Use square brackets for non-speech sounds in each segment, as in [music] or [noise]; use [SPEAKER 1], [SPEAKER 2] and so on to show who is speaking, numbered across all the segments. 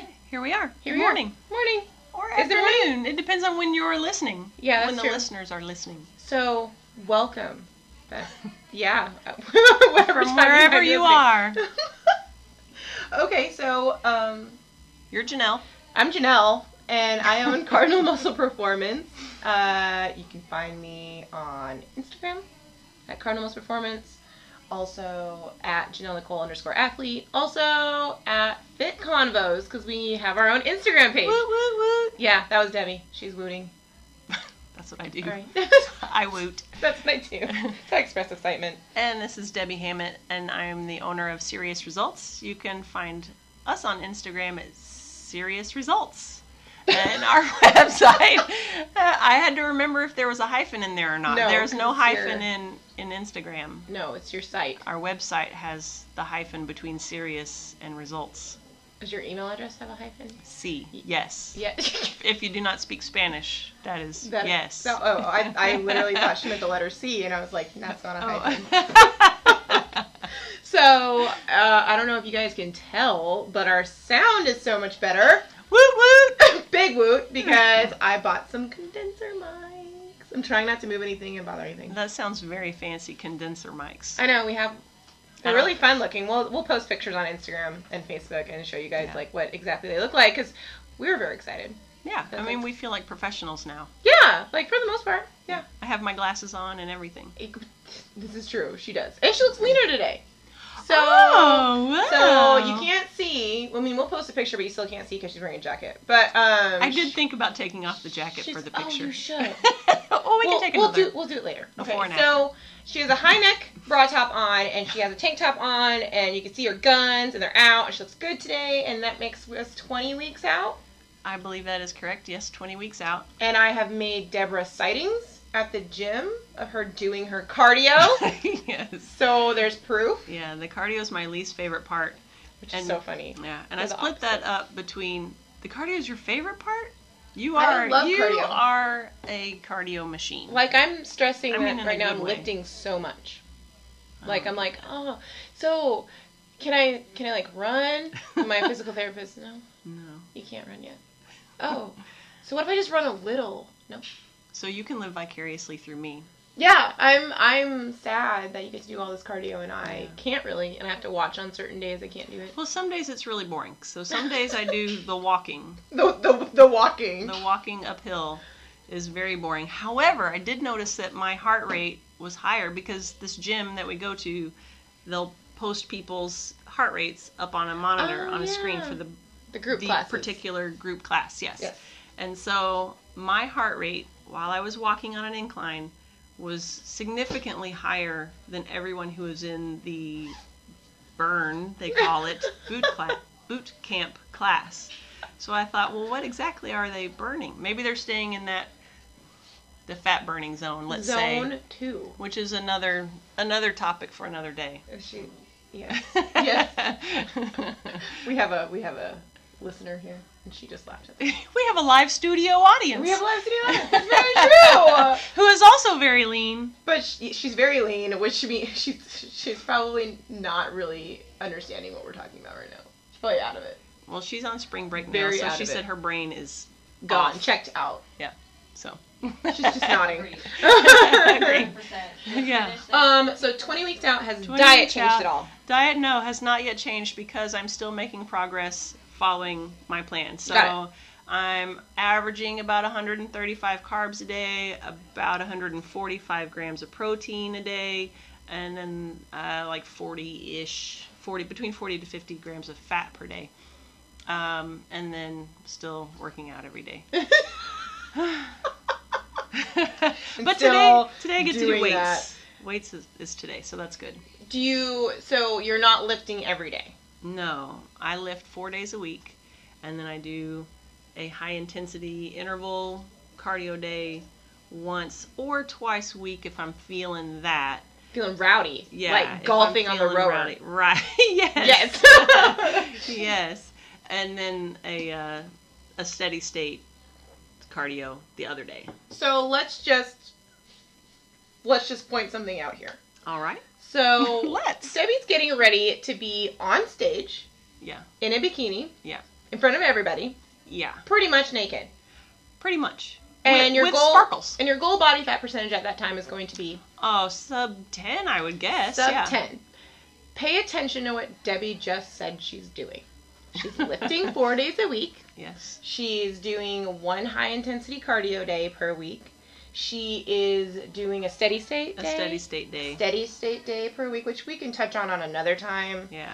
[SPEAKER 1] are. Here
[SPEAKER 2] Good
[SPEAKER 1] we are.
[SPEAKER 2] morning.
[SPEAKER 1] Morning.
[SPEAKER 2] Or
[SPEAKER 1] Is there
[SPEAKER 2] afternoon. It depends on when you're listening.
[SPEAKER 1] Yeah,
[SPEAKER 2] When
[SPEAKER 1] that's
[SPEAKER 2] the
[SPEAKER 1] true.
[SPEAKER 2] listeners are
[SPEAKER 1] [laughs]
[SPEAKER 2] listening.
[SPEAKER 1] So
[SPEAKER 2] [laughs]
[SPEAKER 1] welcome. That- yeah. [laughs] Whatever
[SPEAKER 2] From
[SPEAKER 1] time might
[SPEAKER 2] wherever
[SPEAKER 1] be
[SPEAKER 2] you
[SPEAKER 1] listening. [laughs]
[SPEAKER 2] are.
[SPEAKER 1] okay, so um,
[SPEAKER 2] You're Janelle.
[SPEAKER 1] I'm Janelle, and I
[SPEAKER 2] [laughs]
[SPEAKER 1] own Cardinal Muscle Performance. Uh, you can find me on Instagram at Cardinal Muscle Performance, also at Janelle Nicole underscore athlete, also at Fit Convos because we have our own Instagram page.
[SPEAKER 2] Woo, woo, woo.
[SPEAKER 1] Yeah, that was Debbie. She's wooting.
[SPEAKER 2] [laughs] That's what I do.
[SPEAKER 1] All right. [laughs]
[SPEAKER 2] I woot.
[SPEAKER 1] That's my too. [laughs] I express excitement.
[SPEAKER 2] And this is Debbie Hammett, and I'm the owner of Serious Results. You can find us on Instagram at
[SPEAKER 1] [laughs]
[SPEAKER 2] Serious Results. And our website, [laughs] uh, I had to remember if there was a hyphen in there or not.
[SPEAKER 1] No,
[SPEAKER 2] There's no
[SPEAKER 1] 'cause
[SPEAKER 2] hyphen
[SPEAKER 1] you're-
[SPEAKER 2] in, in Instagram.
[SPEAKER 1] No, it's your site.
[SPEAKER 2] Our website has the hyphen between Serious and Results.
[SPEAKER 1] Does your email address have a hyphen?
[SPEAKER 2] C. Yes.
[SPEAKER 1] Yeah. [laughs]
[SPEAKER 2] If you do not speak Spanish, that is
[SPEAKER 1] That-
[SPEAKER 2] yes.
[SPEAKER 1] that- oh, I, I literally thought she meant the letter C, and I was like, that's [laughs] not a hyphen.
[SPEAKER 2] Oh.
[SPEAKER 1] So, uh, I don't know if you guys can tell, but our sound is so much better.
[SPEAKER 2] [laughs]
[SPEAKER 1] [laughs]
[SPEAKER 2] woot woot!
[SPEAKER 1] Big woot, [laughs] because I bought some condenser mics. I'm trying not to move anything and bother anything.
[SPEAKER 2] That sounds very fancy condenser mics.
[SPEAKER 1] I know, we have.
[SPEAKER 2] I
[SPEAKER 1] They're
[SPEAKER 2] don't-
[SPEAKER 1] really fun looking. We'll, we'll post pictures on Instagram and Facebook and show you guys
[SPEAKER 2] Yeah.
[SPEAKER 1] like what exactly they look like because we were very excited.
[SPEAKER 2] Yeah, I
[SPEAKER 1] That
[SPEAKER 2] mean
[SPEAKER 1] looks-
[SPEAKER 2] we feel like professionals now.
[SPEAKER 1] Yeah, like for the most part. Yeah.
[SPEAKER 2] I have my glasses on and everything.
[SPEAKER 1] [laughs] This is true. She does. And she looks leaner today. So
[SPEAKER 2] Oh, wow.
[SPEAKER 1] so you can't see. I mean, we'll post a picture, but you still can't see because she's wearing a jacket. But um
[SPEAKER 2] I did think about taking off the jacket
[SPEAKER 1] she's-
[SPEAKER 2] for the
[SPEAKER 1] oh,
[SPEAKER 2] picture.
[SPEAKER 1] you should.
[SPEAKER 2] [laughs] oh, we
[SPEAKER 1] we'll,
[SPEAKER 2] can take
[SPEAKER 1] we'll
[SPEAKER 2] another.
[SPEAKER 1] do we'll do it later.
[SPEAKER 2] Before and
[SPEAKER 1] okay. So she has a high neck bra top on and she has a tank top on and you can see her guns and they're out and she looks good today and that makes us 20 weeks out.
[SPEAKER 2] I believe that is correct. Yes, 20 weeks out.
[SPEAKER 1] And I have made Deborah sightings at the gym of her doing her cardio.
[SPEAKER 2] [laughs] yes.
[SPEAKER 1] so there's proof.
[SPEAKER 2] Yeah, the cardio is my least favorite part.
[SPEAKER 1] Which
[SPEAKER 2] And-
[SPEAKER 1] is so funny.
[SPEAKER 2] Yeah, and
[SPEAKER 1] They're
[SPEAKER 2] I
[SPEAKER 1] the
[SPEAKER 2] split that up between the cardio is your favorite part. You
[SPEAKER 1] I
[SPEAKER 2] are
[SPEAKER 1] love
[SPEAKER 2] you
[SPEAKER 1] cardio.
[SPEAKER 2] are a cardio machine.
[SPEAKER 1] Like I'm stressing
[SPEAKER 2] I mean, in
[SPEAKER 1] that
[SPEAKER 2] a
[SPEAKER 1] right now.
[SPEAKER 2] good
[SPEAKER 1] I'm
[SPEAKER 2] way.
[SPEAKER 1] lifting so much. Like
[SPEAKER 2] Um,
[SPEAKER 1] I'm like, oh, so can I can I like run? And
[SPEAKER 2] [laughs]
[SPEAKER 1] my physical therapist, no,
[SPEAKER 2] no.
[SPEAKER 1] you can't run yet. Oh, so what if I just run a little? No.
[SPEAKER 2] So you can live vicariously through me.
[SPEAKER 1] Yeah, I'm I'm sad that you get to do all this cardio and I
[SPEAKER 2] Yeah.
[SPEAKER 1] can't really, and I have to watch on certain days I can't do it.
[SPEAKER 2] Well, some days it's really boring. So some days I do the walking.
[SPEAKER 1] The the, the walking.
[SPEAKER 2] The walking uphill is very boring. However, I did notice that my heart rate was higher because this gym that we go to, they'll post people's heart rates up on a monitor
[SPEAKER 1] Oh,
[SPEAKER 2] on a screen
[SPEAKER 1] yeah.
[SPEAKER 2] for the
[SPEAKER 1] the group
[SPEAKER 2] the
[SPEAKER 1] classes.
[SPEAKER 2] particular group class. Yes.
[SPEAKER 1] Yes.
[SPEAKER 2] And so my heart rate while I was walking on an incline was significantly higher than everyone who was in the burn they
[SPEAKER 1] [laughs]
[SPEAKER 2] call it boot cla- boot camp class. So I thought, well, what exactly are they burning? Maybe they're staying in that the fat burning zone, let's
[SPEAKER 1] Zone
[SPEAKER 2] say,
[SPEAKER 1] two.
[SPEAKER 2] which is another another topic for another day.
[SPEAKER 1] Is she?
[SPEAKER 2] [laughs]
[SPEAKER 1] Yeah. Yes. we have a we have a listener here, and she just laughed at
[SPEAKER 2] we have a live studio audience.
[SPEAKER 1] We have lives to do that. [laughs] It's very true.
[SPEAKER 2] Who is also very lean.
[SPEAKER 1] But she, she's very lean, which means [laughs] she's she's probably not really understanding what we're talking about right now. She's probably out of it.
[SPEAKER 2] Well, she's on spring break now,
[SPEAKER 1] Very
[SPEAKER 2] so
[SPEAKER 1] out
[SPEAKER 2] she
[SPEAKER 1] of
[SPEAKER 2] said
[SPEAKER 1] it.
[SPEAKER 2] her brain is
[SPEAKER 1] Gone,
[SPEAKER 2] off,
[SPEAKER 1] checked out.
[SPEAKER 2] so
[SPEAKER 1] She's
[SPEAKER 2] [laughs]
[SPEAKER 1] just nodding. [laughs]
[SPEAKER 3] Agreed.
[SPEAKER 2] Agreed.
[SPEAKER 3] 100%.
[SPEAKER 2] Yeah.
[SPEAKER 3] Finish that.
[SPEAKER 1] um. So 20 weeks out has
[SPEAKER 2] 20
[SPEAKER 1] diet
[SPEAKER 2] weeks
[SPEAKER 1] changed
[SPEAKER 2] out.
[SPEAKER 1] at all?
[SPEAKER 2] diet no has not yet changed because I'm still making progress following my plan.
[SPEAKER 1] Got
[SPEAKER 2] So I'm averaging about 135 carbs a day, about 145 grams of protein a day, and then uh, like 40-ish, 40 between 40 to 50 grams of fat per day. Um, and then still working out
[SPEAKER 1] [laughs]
[SPEAKER 2] every day. [laughs] but today,
[SPEAKER 1] still
[SPEAKER 2] today I get to
[SPEAKER 1] doing
[SPEAKER 2] do weights.
[SPEAKER 1] that.
[SPEAKER 2] Weights is, is today, so that's good.
[SPEAKER 1] Do you? So you're not lifting every day.
[SPEAKER 2] No, I lift four days a week, and then I do a high intensity interval cardio day once or twice a week if I'm feeling that.
[SPEAKER 1] Feeling rowdy.
[SPEAKER 2] Yeah, if
[SPEAKER 1] Like
[SPEAKER 2] I'm
[SPEAKER 1] golfing on the
[SPEAKER 2] feeling
[SPEAKER 1] rower.
[SPEAKER 2] rowdy. Right. [laughs] yes.
[SPEAKER 1] Yes. [laughs]
[SPEAKER 2] yes. And then a uh, a steady state cardio the other day.
[SPEAKER 1] so let's just let's just point something out here.
[SPEAKER 2] All right.
[SPEAKER 1] So
[SPEAKER 2] [laughs] Let's.
[SPEAKER 1] Debbie's getting ready to be on stage
[SPEAKER 2] Yeah.
[SPEAKER 1] in a bikini.
[SPEAKER 2] Yeah.
[SPEAKER 1] In front of everybody.
[SPEAKER 2] Yeah,
[SPEAKER 1] pretty much naked.
[SPEAKER 2] pretty much.
[SPEAKER 1] And
[SPEAKER 2] with,
[SPEAKER 1] your
[SPEAKER 2] with
[SPEAKER 1] goal
[SPEAKER 2] sparkles.
[SPEAKER 1] and your goal body fat percentage at that time is going to be
[SPEAKER 2] Oh, sub ten, I would guess.
[SPEAKER 1] sub
[SPEAKER 2] yeah.
[SPEAKER 1] 10. Pay attention to what Debbie just said she's doing. She's
[SPEAKER 2] [laughs]
[SPEAKER 1] lifting 4 days a week.
[SPEAKER 2] Yes.
[SPEAKER 1] She's doing one high intensity cardio day per week. She is doing a steady state
[SPEAKER 2] A
[SPEAKER 1] day.
[SPEAKER 2] steady state day.
[SPEAKER 1] steady state day per week, which we can touch on on another time.
[SPEAKER 2] Yeah.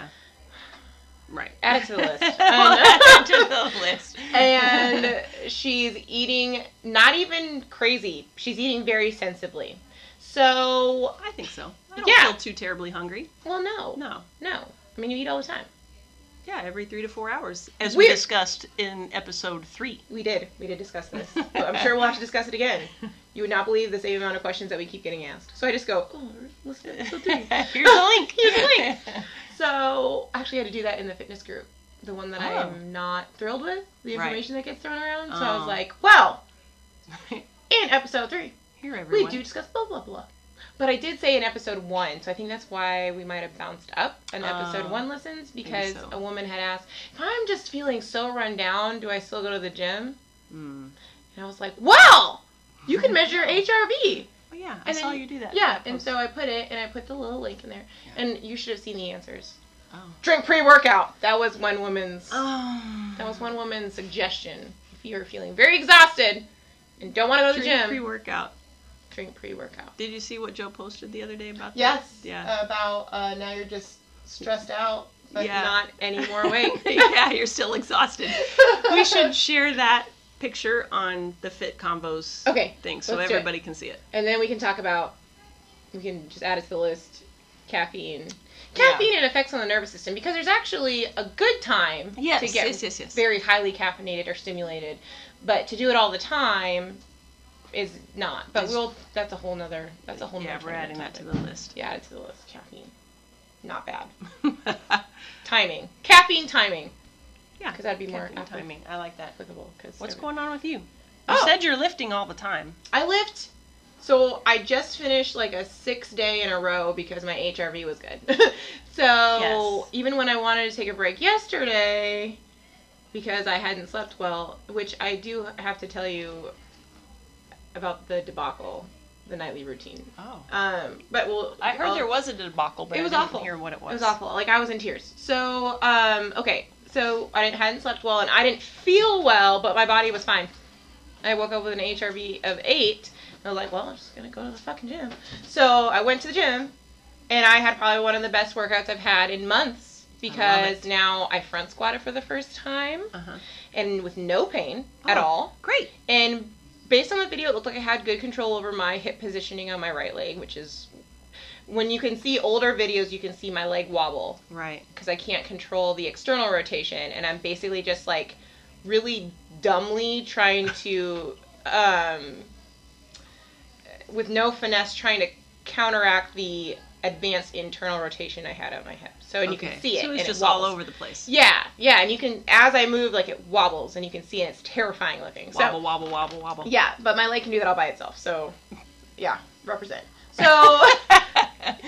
[SPEAKER 2] Right.
[SPEAKER 1] Add it to the list. [laughs]
[SPEAKER 2] We'll
[SPEAKER 1] Um,
[SPEAKER 2] [laughs] add it to the list.
[SPEAKER 1] And she's eating not even crazy. She's eating very sensibly. So,
[SPEAKER 2] [laughs] I think so. I don't
[SPEAKER 1] Yeah.
[SPEAKER 2] feel too terribly hungry.
[SPEAKER 1] well, no, no,
[SPEAKER 2] No.
[SPEAKER 1] I mean, you eat all the time.
[SPEAKER 2] Yeah, every three to four hours, as we
[SPEAKER 1] We're-
[SPEAKER 2] discussed in episode three.
[SPEAKER 1] We did. We did discuss
[SPEAKER 2] [laughs]
[SPEAKER 1] this. But I'm sure we'll have to discuss it again. You would not believe the same amount of questions that we keep getting asked. So I just go, oh, listen to
[SPEAKER 2] [laughs]
[SPEAKER 1] episode three.
[SPEAKER 2] Here's the link.
[SPEAKER 1] [laughs] Here's the link. So I actually had to do that in the fitness group, the one that
[SPEAKER 2] Oh.
[SPEAKER 1] I'm not thrilled with, the
[SPEAKER 2] Right.
[SPEAKER 1] information that gets thrown around. So I
[SPEAKER 2] Oh.
[SPEAKER 1] was like, well, in episode three,
[SPEAKER 2] [laughs] Here,
[SPEAKER 1] we
[SPEAKER 2] everyone.
[SPEAKER 1] do discuss blah blah blah. But I did say in episode one, so I think that's why we might have bounced up on episode
[SPEAKER 2] Oh,
[SPEAKER 1] one listens because
[SPEAKER 2] so.
[SPEAKER 1] a woman had asked, if I'm just feeling so run down, do I still go to the gym?
[SPEAKER 2] Mm.
[SPEAKER 1] And I was like, well, you
[SPEAKER 2] [laughs]
[SPEAKER 1] can measure your HRV.
[SPEAKER 2] Oh, yeah, I
[SPEAKER 1] And
[SPEAKER 2] saw
[SPEAKER 1] then-
[SPEAKER 2] you do that.
[SPEAKER 1] Yeah, and
[SPEAKER 2] post.
[SPEAKER 1] so I put it, and I put the little link in there,
[SPEAKER 2] Yeah.
[SPEAKER 1] and you should have seen the answers.
[SPEAKER 2] Oh.
[SPEAKER 1] Drink pre-workout. That was one woman's.
[SPEAKER 2] Um,
[SPEAKER 1] That was
[SPEAKER 2] [sighs]
[SPEAKER 1] one woman's suggestion. If you're feeling very exhausted and don't want to go to the
[SPEAKER 2] Drink
[SPEAKER 1] gym,
[SPEAKER 2] pre-workout.
[SPEAKER 1] drink pre-workout.
[SPEAKER 2] Did you see what Joe posted the other day about that?
[SPEAKER 1] Yes.
[SPEAKER 2] Yeah.
[SPEAKER 1] About uh, now you're just stressed out, but
[SPEAKER 2] Yeah.
[SPEAKER 1] not any
[SPEAKER 2] [laughs]
[SPEAKER 1] more awake.
[SPEAKER 2] yeah, you're still exhausted. We should share that picture on the Fit Combos
[SPEAKER 1] Okay.
[SPEAKER 2] thing so
[SPEAKER 1] let's do it.
[SPEAKER 2] everybody can see it.
[SPEAKER 1] And then we can talk about. We can just add it to the list. Caffeine. Caffeine and effects on the nervous system because there's actually a good time
[SPEAKER 2] Yes,
[SPEAKER 1] to get
[SPEAKER 2] yes, yes, yes.
[SPEAKER 1] very highly caffeinated or stimulated, but to do it all the time is not. But
[SPEAKER 2] Is-
[SPEAKER 1] we'll that's a whole nother that's a whole
[SPEAKER 2] yeah,
[SPEAKER 1] nother
[SPEAKER 2] we're adding that to
[SPEAKER 1] topic. [laughs]
[SPEAKER 2] the list.
[SPEAKER 1] Yeah, add it to the list. Caffeine, not bad.
[SPEAKER 2] yeah,
[SPEAKER 1] Timing, caffeine timing, because that'd be more
[SPEAKER 2] caffeine timing. I like that.
[SPEAKER 1] applicable. Because
[SPEAKER 2] What's going on with you? You
[SPEAKER 1] Oh.
[SPEAKER 2] said you're lifting all the time.
[SPEAKER 1] I lift. So I just finished like a six day in a row because my HRV was good. [laughs] so
[SPEAKER 2] Yes.
[SPEAKER 1] even when I wanted to take a break yesterday, because I hadn't slept well, which I do have to tell you about the debacle, the nightly routine.
[SPEAKER 2] Oh.
[SPEAKER 1] Um, but we'll.
[SPEAKER 2] I heard
[SPEAKER 1] I'll-
[SPEAKER 2] there was a debacle, but
[SPEAKER 1] It was
[SPEAKER 2] I didn't
[SPEAKER 1] awful.
[SPEAKER 2] hear what it was.
[SPEAKER 1] It was awful. Like I was in tears. So um, okay. So I didn't, hadn't slept well and I didn't feel well, but my body was fine. I woke up with an HRV of eight. And I was like, well, I'm just gonna go to the fucking gym. So I went to the gym, and I had probably one of the best workouts I've had in months because now I front squatted for the first time
[SPEAKER 2] Uh-huh.
[SPEAKER 1] and with no pain at
[SPEAKER 2] Oh.
[SPEAKER 1] all.
[SPEAKER 2] Great.
[SPEAKER 1] And based on the video, it looked like I had good control over my hip positioning on my right leg, which is when you can see older videos, you can see my leg wobble
[SPEAKER 2] Right.
[SPEAKER 1] because I can't control the external rotation. And I'm basically just like really dumbly trying
[SPEAKER 2] [laughs]
[SPEAKER 1] to, um, with no finesse, trying to counteract the advanced internal rotation I had on my hip. So and you can see it.
[SPEAKER 2] So it was
[SPEAKER 1] and
[SPEAKER 2] just
[SPEAKER 1] it
[SPEAKER 2] all
[SPEAKER 1] wobbles.
[SPEAKER 2] over the place.
[SPEAKER 1] Yeah, yeah, and you can as I move, like it wobbles, and you can see, it, and it's terrifying looking. So,
[SPEAKER 2] Wobble, wobble, wobble, wobble. [laughs]
[SPEAKER 1] yeah, but my leg can do that all by itself. So, yeah,
[SPEAKER 2] [laughs]
[SPEAKER 1] represent. So, [laughs]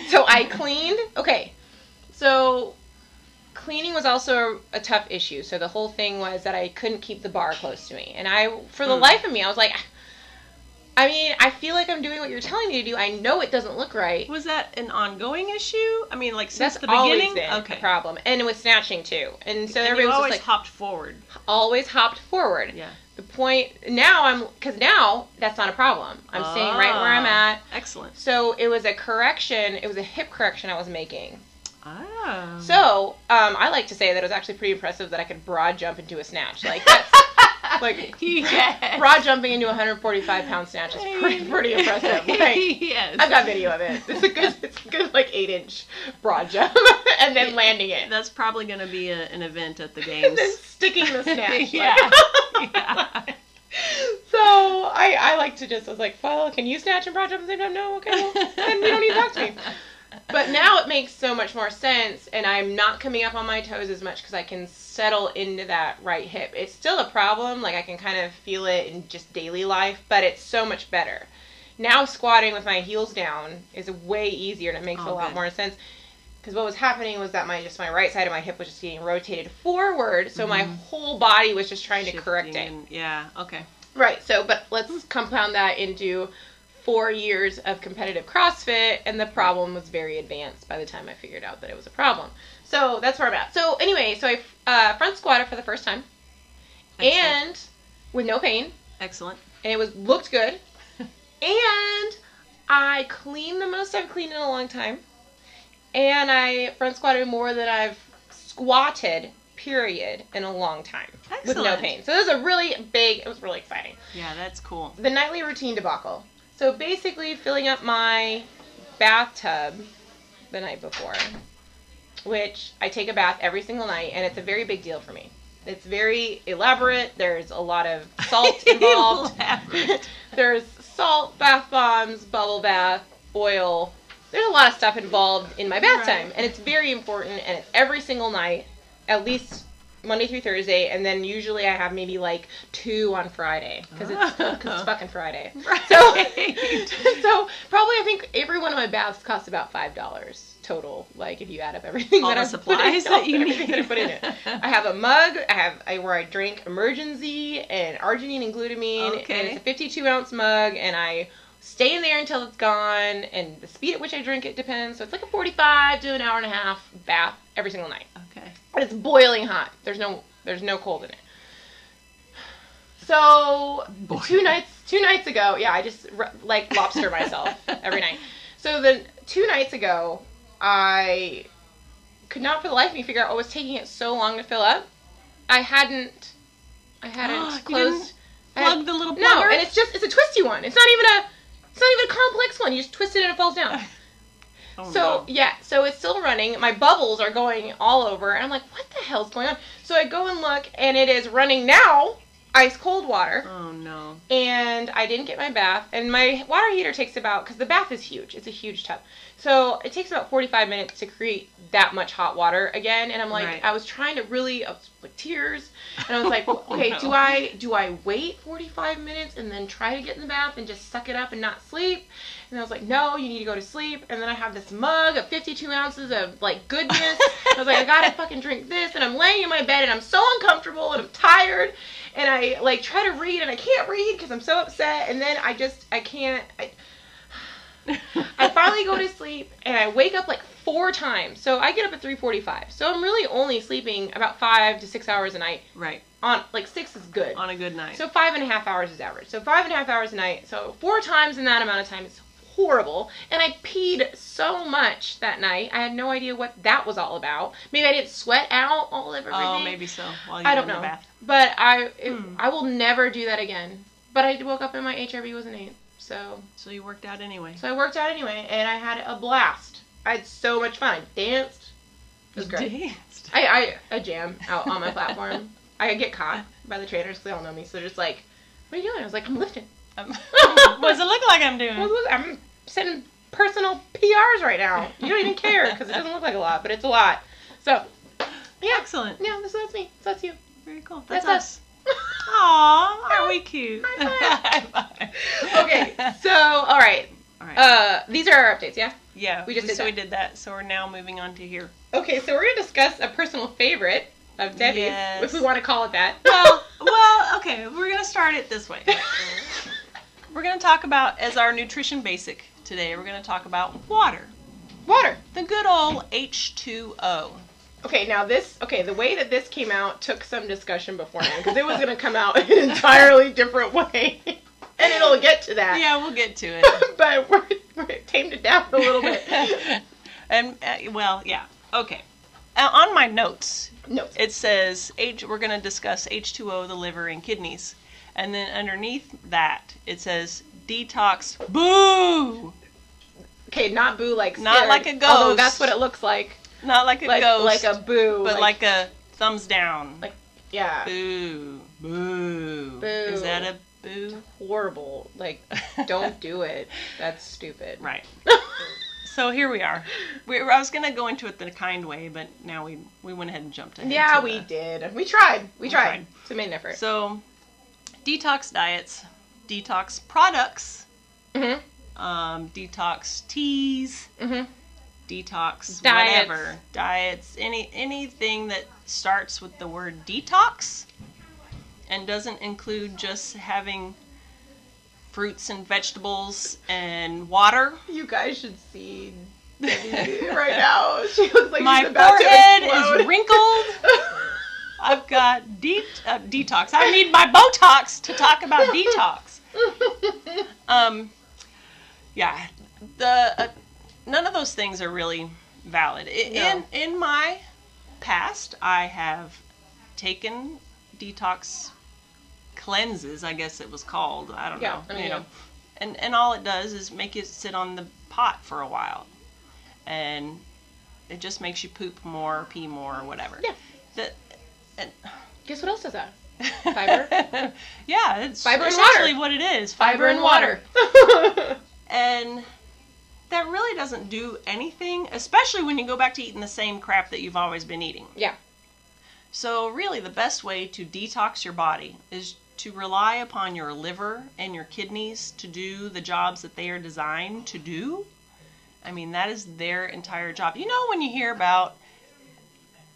[SPEAKER 1] so I cleaned. Okay, so cleaning was also a tough issue. So the whole thing was that I couldn't keep the bar close to me, and I, for the
[SPEAKER 2] Hmm.
[SPEAKER 1] life of me, I was like, I mean, I feel like I'm doing what you're telling me to do. I know it doesn't look right.
[SPEAKER 2] [laughs] Was that an ongoing issue? I mean, like since
[SPEAKER 1] That's
[SPEAKER 2] the
[SPEAKER 1] always
[SPEAKER 2] beginning.
[SPEAKER 1] been
[SPEAKER 2] okay.
[SPEAKER 1] a problem, and with snatching too. And so
[SPEAKER 2] and you
[SPEAKER 1] everyone was
[SPEAKER 2] always
[SPEAKER 1] just like
[SPEAKER 2] hopped forward.
[SPEAKER 1] always hopped forward.
[SPEAKER 2] Yeah.
[SPEAKER 1] The point now I'm because now that's not a problem. I'm staying right where I'm
[SPEAKER 2] Ah,
[SPEAKER 1] at.
[SPEAKER 2] Excellent.
[SPEAKER 1] So it was a correction. It was a hip correction I was making.
[SPEAKER 2] Ah.
[SPEAKER 1] So um, I like to say that it was actually pretty impressive that I could broad jump into a snatch.
[SPEAKER 2] [laughs]
[SPEAKER 1] Like that's, like
[SPEAKER 2] [laughs] yes.
[SPEAKER 1] broad jumping into a 145 pound snatch is pretty
[SPEAKER 2] [laughs]
[SPEAKER 1] pretty impressive. Like,
[SPEAKER 2] yes.
[SPEAKER 1] I've got video of it. It's a good it's a good like eight inch broad jump [laughs] and then landing it
[SPEAKER 2] That's probably going to be a, an event at the
[SPEAKER 1] and [laughs]
[SPEAKER 2] games.
[SPEAKER 1] then sticking the snatch.
[SPEAKER 2] yeah.
[SPEAKER 1] Like,
[SPEAKER 2] yeah.
[SPEAKER 1] [laughs] So I, I like to just I was like, well, can you snatch and broad jump at the same time? No, okay, well, then you don't need to talk to
[SPEAKER 2] [laughs]
[SPEAKER 1] me. But now it makes so much more sense, and I'm not coming up on my toes as much because I can settle into that right hip. It's still a problem, like I can kind of feel it in just daily life, but it's so much better. Now squatting with my heels down is way easier, and it makes
[SPEAKER 2] Oh,
[SPEAKER 1] a lot
[SPEAKER 2] good.
[SPEAKER 1] more sense. because what was happening was that my just my right side of my hip was just getting rotated forward, so
[SPEAKER 2] Mm-hmm.
[SPEAKER 1] my whole body was just trying to correct it.
[SPEAKER 2] Shifting and- Yeah. Okay.
[SPEAKER 1] Right. So, but let's compound that into four years of competitive CrossFit, and the problem was very advanced by the time I figured out that it was a problem. So that's where I'm at. So anyway, so I uh, front squatted for the first time,
[SPEAKER 2] Excellent.
[SPEAKER 1] and with no pain,
[SPEAKER 2] Excellent.
[SPEAKER 1] and it was looked good, and I cleaned the most I've cleaned in a long time, and I front squatted more than I've squatted period in a long time with no
[SPEAKER 2] Excellent.
[SPEAKER 1] pain. So this is a really big. It was really exciting
[SPEAKER 2] Yeah, that's cool.
[SPEAKER 1] the nightly routine debacle. So basically, filling up my bathtub the night before, which I take a bath every single night, and it's a very big deal for me. It's very elaborate. There's a lot of [laughs] salt
[SPEAKER 2] [laughs]
[SPEAKER 1] involved. [laughs]
[SPEAKER 2] Elaborate.
[SPEAKER 1] There's salt, bath bombs, bubble bath, oil. There's a lot of stuff involved in my bath
[SPEAKER 2] Right.
[SPEAKER 1] time, and it's very important. And it's every single night, at least Monday through Thursday, and then usually I have maybe like two on Friday because it's, 'cause
[SPEAKER 2] [laughs]
[SPEAKER 1] it's fucking Friday.
[SPEAKER 2] Right.
[SPEAKER 1] So, [laughs] so probably I think every one of my baths costs about five dollars total. Like if you add up everything
[SPEAKER 2] All
[SPEAKER 1] that
[SPEAKER 2] the
[SPEAKER 1] I put in- [laughs]
[SPEAKER 2] supplies that you
[SPEAKER 1] everything that I
[SPEAKER 2] need.
[SPEAKER 1] put in it. [laughs] I have a mug. I have I, where I drink emergency and arginine and glutamine. And
[SPEAKER 2] Okay.
[SPEAKER 1] it's a 52 ounce mug, and I stay in there until it's gone. And the speed at which I drink it depends. So it's like a 45 to an hour and a half bath every single night.
[SPEAKER 2] okay.
[SPEAKER 1] But it's boiling hot. There's no there's no cold in it. So
[SPEAKER 2] Boy.
[SPEAKER 1] two nights two nights ago, yeah, I just r- like lobster
[SPEAKER 2] [laughs]
[SPEAKER 1] myself every night. So then two nights ago, I could not for the life of me figure out what was taking it so long to fill up. I hadn't I
[SPEAKER 2] [gasps] You
[SPEAKER 1] hadn't
[SPEAKER 2] didn't
[SPEAKER 1] closed I had-
[SPEAKER 2] Plug the little
[SPEAKER 1] No,
[SPEAKER 2] plugger.
[SPEAKER 1] and it's just it's a twisty one. It's not even a it's not even a complex one. You just twist it and it falls
[SPEAKER 2] [laughs]
[SPEAKER 1] down.
[SPEAKER 2] Oh,
[SPEAKER 1] So
[SPEAKER 2] no.
[SPEAKER 1] yeah, so it's still running. My bubbles are going all over, and I'm like, what the hell's going on? So I go and look, and it is running now, ice cold water.
[SPEAKER 2] Oh no.
[SPEAKER 1] And I didn't get my bath, and my water heater takes about because the bath is huge. It's a huge tub, so it takes about 45 minutes to create that much hot water again. And I'm like,
[SPEAKER 2] Right.
[SPEAKER 1] I was trying to really, I was like tears, and I was like,
[SPEAKER 2] [laughs] Oh,
[SPEAKER 1] okay,
[SPEAKER 2] no.
[SPEAKER 1] do I do I wait 45 minutes and then try to get in the bath and just suck it up and not sleep? And I was like, no, you need to go to sleep. And then I have this mug of 52 ounces of like goodness. I was like, I
[SPEAKER 2] [laughs]
[SPEAKER 1] gotta fucking drink this. And I'm laying in my bed and I'm so uncomfortable and I'm tired. And I like try to read and I can't read because I'm so upset. And then I just, I can't. I, I finally go to sleep and I wake up like four times. So I get up at 3:45. So I'm really only sleeping about five to six hours a night.
[SPEAKER 2] [laughs] right
[SPEAKER 1] On like six is good.
[SPEAKER 2] on a good night.
[SPEAKER 1] So five and a half hours is average. So five and a half hours a night. So four times in that amount of time is horrible. And I peed so much that night. I had no idea what that was all about. Maybe I didn't sweat out all of everything.
[SPEAKER 2] oh, maybe so. While you're
[SPEAKER 1] Mm-hmm. I don't
[SPEAKER 2] in the
[SPEAKER 1] know.
[SPEAKER 2] bath.
[SPEAKER 1] But I it,
[SPEAKER 2] Hmm.
[SPEAKER 1] I will never do that again. But I woke up and my HRV was an eight. So
[SPEAKER 2] So you worked out anyway.
[SPEAKER 1] so I worked out anyway and I had a blast. I had so much fun. I danced. It was great.
[SPEAKER 2] Danced.
[SPEAKER 1] I, I, I jam out on my
[SPEAKER 2] [laughs]
[SPEAKER 1] platform. I get caught by the trainers because they all know me. So they're just like, what are you doing? I was like, I'm lifting.
[SPEAKER 2] [laughs] Um, what does it look like I'm
[SPEAKER 1] Well,
[SPEAKER 2] doing?
[SPEAKER 1] look, I'm sending personal PRs right now. You don't even care because it doesn't look like a lot, but it's a lot. So, yeah.
[SPEAKER 2] Excellent.
[SPEAKER 1] Yeah, this, that's me. So that's you. [laughs]
[SPEAKER 2] Very cool. That's,
[SPEAKER 1] That's
[SPEAKER 2] us. Aw,
[SPEAKER 1] [laughs]
[SPEAKER 2] aren't we cute?
[SPEAKER 1] High
[SPEAKER 2] [laughs] High five. [laughs]
[SPEAKER 1] okay. So, all right.
[SPEAKER 2] All right.
[SPEAKER 1] Uh, these are our updates, yeah?
[SPEAKER 2] yeah.
[SPEAKER 1] we just did
[SPEAKER 2] so we
[SPEAKER 1] that.
[SPEAKER 2] did that. So we're now moving on to here.
[SPEAKER 1] Okay, so we're going to discuss a personal favorite of Debbie's,
[SPEAKER 2] Yes.
[SPEAKER 1] if we want to call it that.
[SPEAKER 2] [laughs] Well, well, okay. We're gonna start it this way. We're gonna talk about as our nutrition basic today. We're gonna talk about water,
[SPEAKER 1] [laughs] Water.
[SPEAKER 2] the good old H2O.
[SPEAKER 1] Okay, now this, okay, the way that this came out took some discussion beforehand because it was going to come out [laughs] an entirely different way. [laughs] and it'll get to that.
[SPEAKER 2] Yeah, we'll get to it.
[SPEAKER 1] [laughs] but we're, we're tamed it down a little [laughs]
[SPEAKER 2] [laughs]
[SPEAKER 1] bit.
[SPEAKER 2] and uh, well, yeah. Okay. Uh, on my notes,
[SPEAKER 1] No.
[SPEAKER 2] it says H. We're going to discuss H2O, the liver, and kidneys, and then underneath that it says detox. Boo!
[SPEAKER 1] Okay, not boo like
[SPEAKER 2] Not
[SPEAKER 1] scared,
[SPEAKER 2] like a ghost.
[SPEAKER 1] Although that's what it looks like.
[SPEAKER 2] Not like a
[SPEAKER 1] Like
[SPEAKER 2] ghost,
[SPEAKER 1] like a boo.
[SPEAKER 2] but like, a thumbs down.
[SPEAKER 1] like- yeah,
[SPEAKER 2] boo, boo. Is that a boo?
[SPEAKER 1] horrible. Like don't do it. That's stupid.
[SPEAKER 2] [laughs] right. So here we are. We, I was gonna go into it the kind way, but now we we went ahead and jumped
[SPEAKER 1] [laughs]
[SPEAKER 2] ahead.
[SPEAKER 1] yeah,
[SPEAKER 2] to
[SPEAKER 1] we
[SPEAKER 2] the-
[SPEAKER 1] did. We tried. We,
[SPEAKER 2] We
[SPEAKER 1] tried.
[SPEAKER 2] tried.
[SPEAKER 1] It's a main effort.
[SPEAKER 2] So, detox diets, detox products,
[SPEAKER 1] mhm.
[SPEAKER 2] um, detox teas,
[SPEAKER 1] Mhm. Diets.
[SPEAKER 2] detox, whatever diets, any anything that starts with the word detox, and doesn't include just having fruits and vegetables and water.
[SPEAKER 1] You guys should [laughs] see Debbie [laughs]
[SPEAKER 2] [laughs]
[SPEAKER 1] right now. [laughs] She looks like
[SPEAKER 2] My
[SPEAKER 1] she's about
[SPEAKER 2] forehead
[SPEAKER 1] to explode.
[SPEAKER 2] is wrinkled. I've got de- uh, detox. I need my Botox to talk about detox.
[SPEAKER 1] [laughs]
[SPEAKER 2] Um, yeah, the uh, none of those things are really valid. I- In
[SPEAKER 1] No.
[SPEAKER 2] in my past, I have taken detox cleanses. I guess it was called. I don't
[SPEAKER 1] Yeah,
[SPEAKER 2] know.
[SPEAKER 1] I mean,
[SPEAKER 2] you
[SPEAKER 1] yeah.
[SPEAKER 2] know, and and all it does is make you sit on the pot for a while, and it just makes you poop more, pee more, whatever.
[SPEAKER 1] Yeah.
[SPEAKER 2] That. And,
[SPEAKER 1] Guess what else does that? Fiber?
[SPEAKER 2] [laughs] yeah, it's
[SPEAKER 1] Fiber and
[SPEAKER 2] essentially
[SPEAKER 1] water.
[SPEAKER 2] what it is. And that really doesn't do anything, especially when you go back to eating the same crap that you've always been eating.
[SPEAKER 1] [laughs] yeah.
[SPEAKER 2] So, really, the best way to detox your body is to rely upon your liver and your kidneys to do the jobs that they are designed to do. I mean, that is their entire job. You know, when you hear about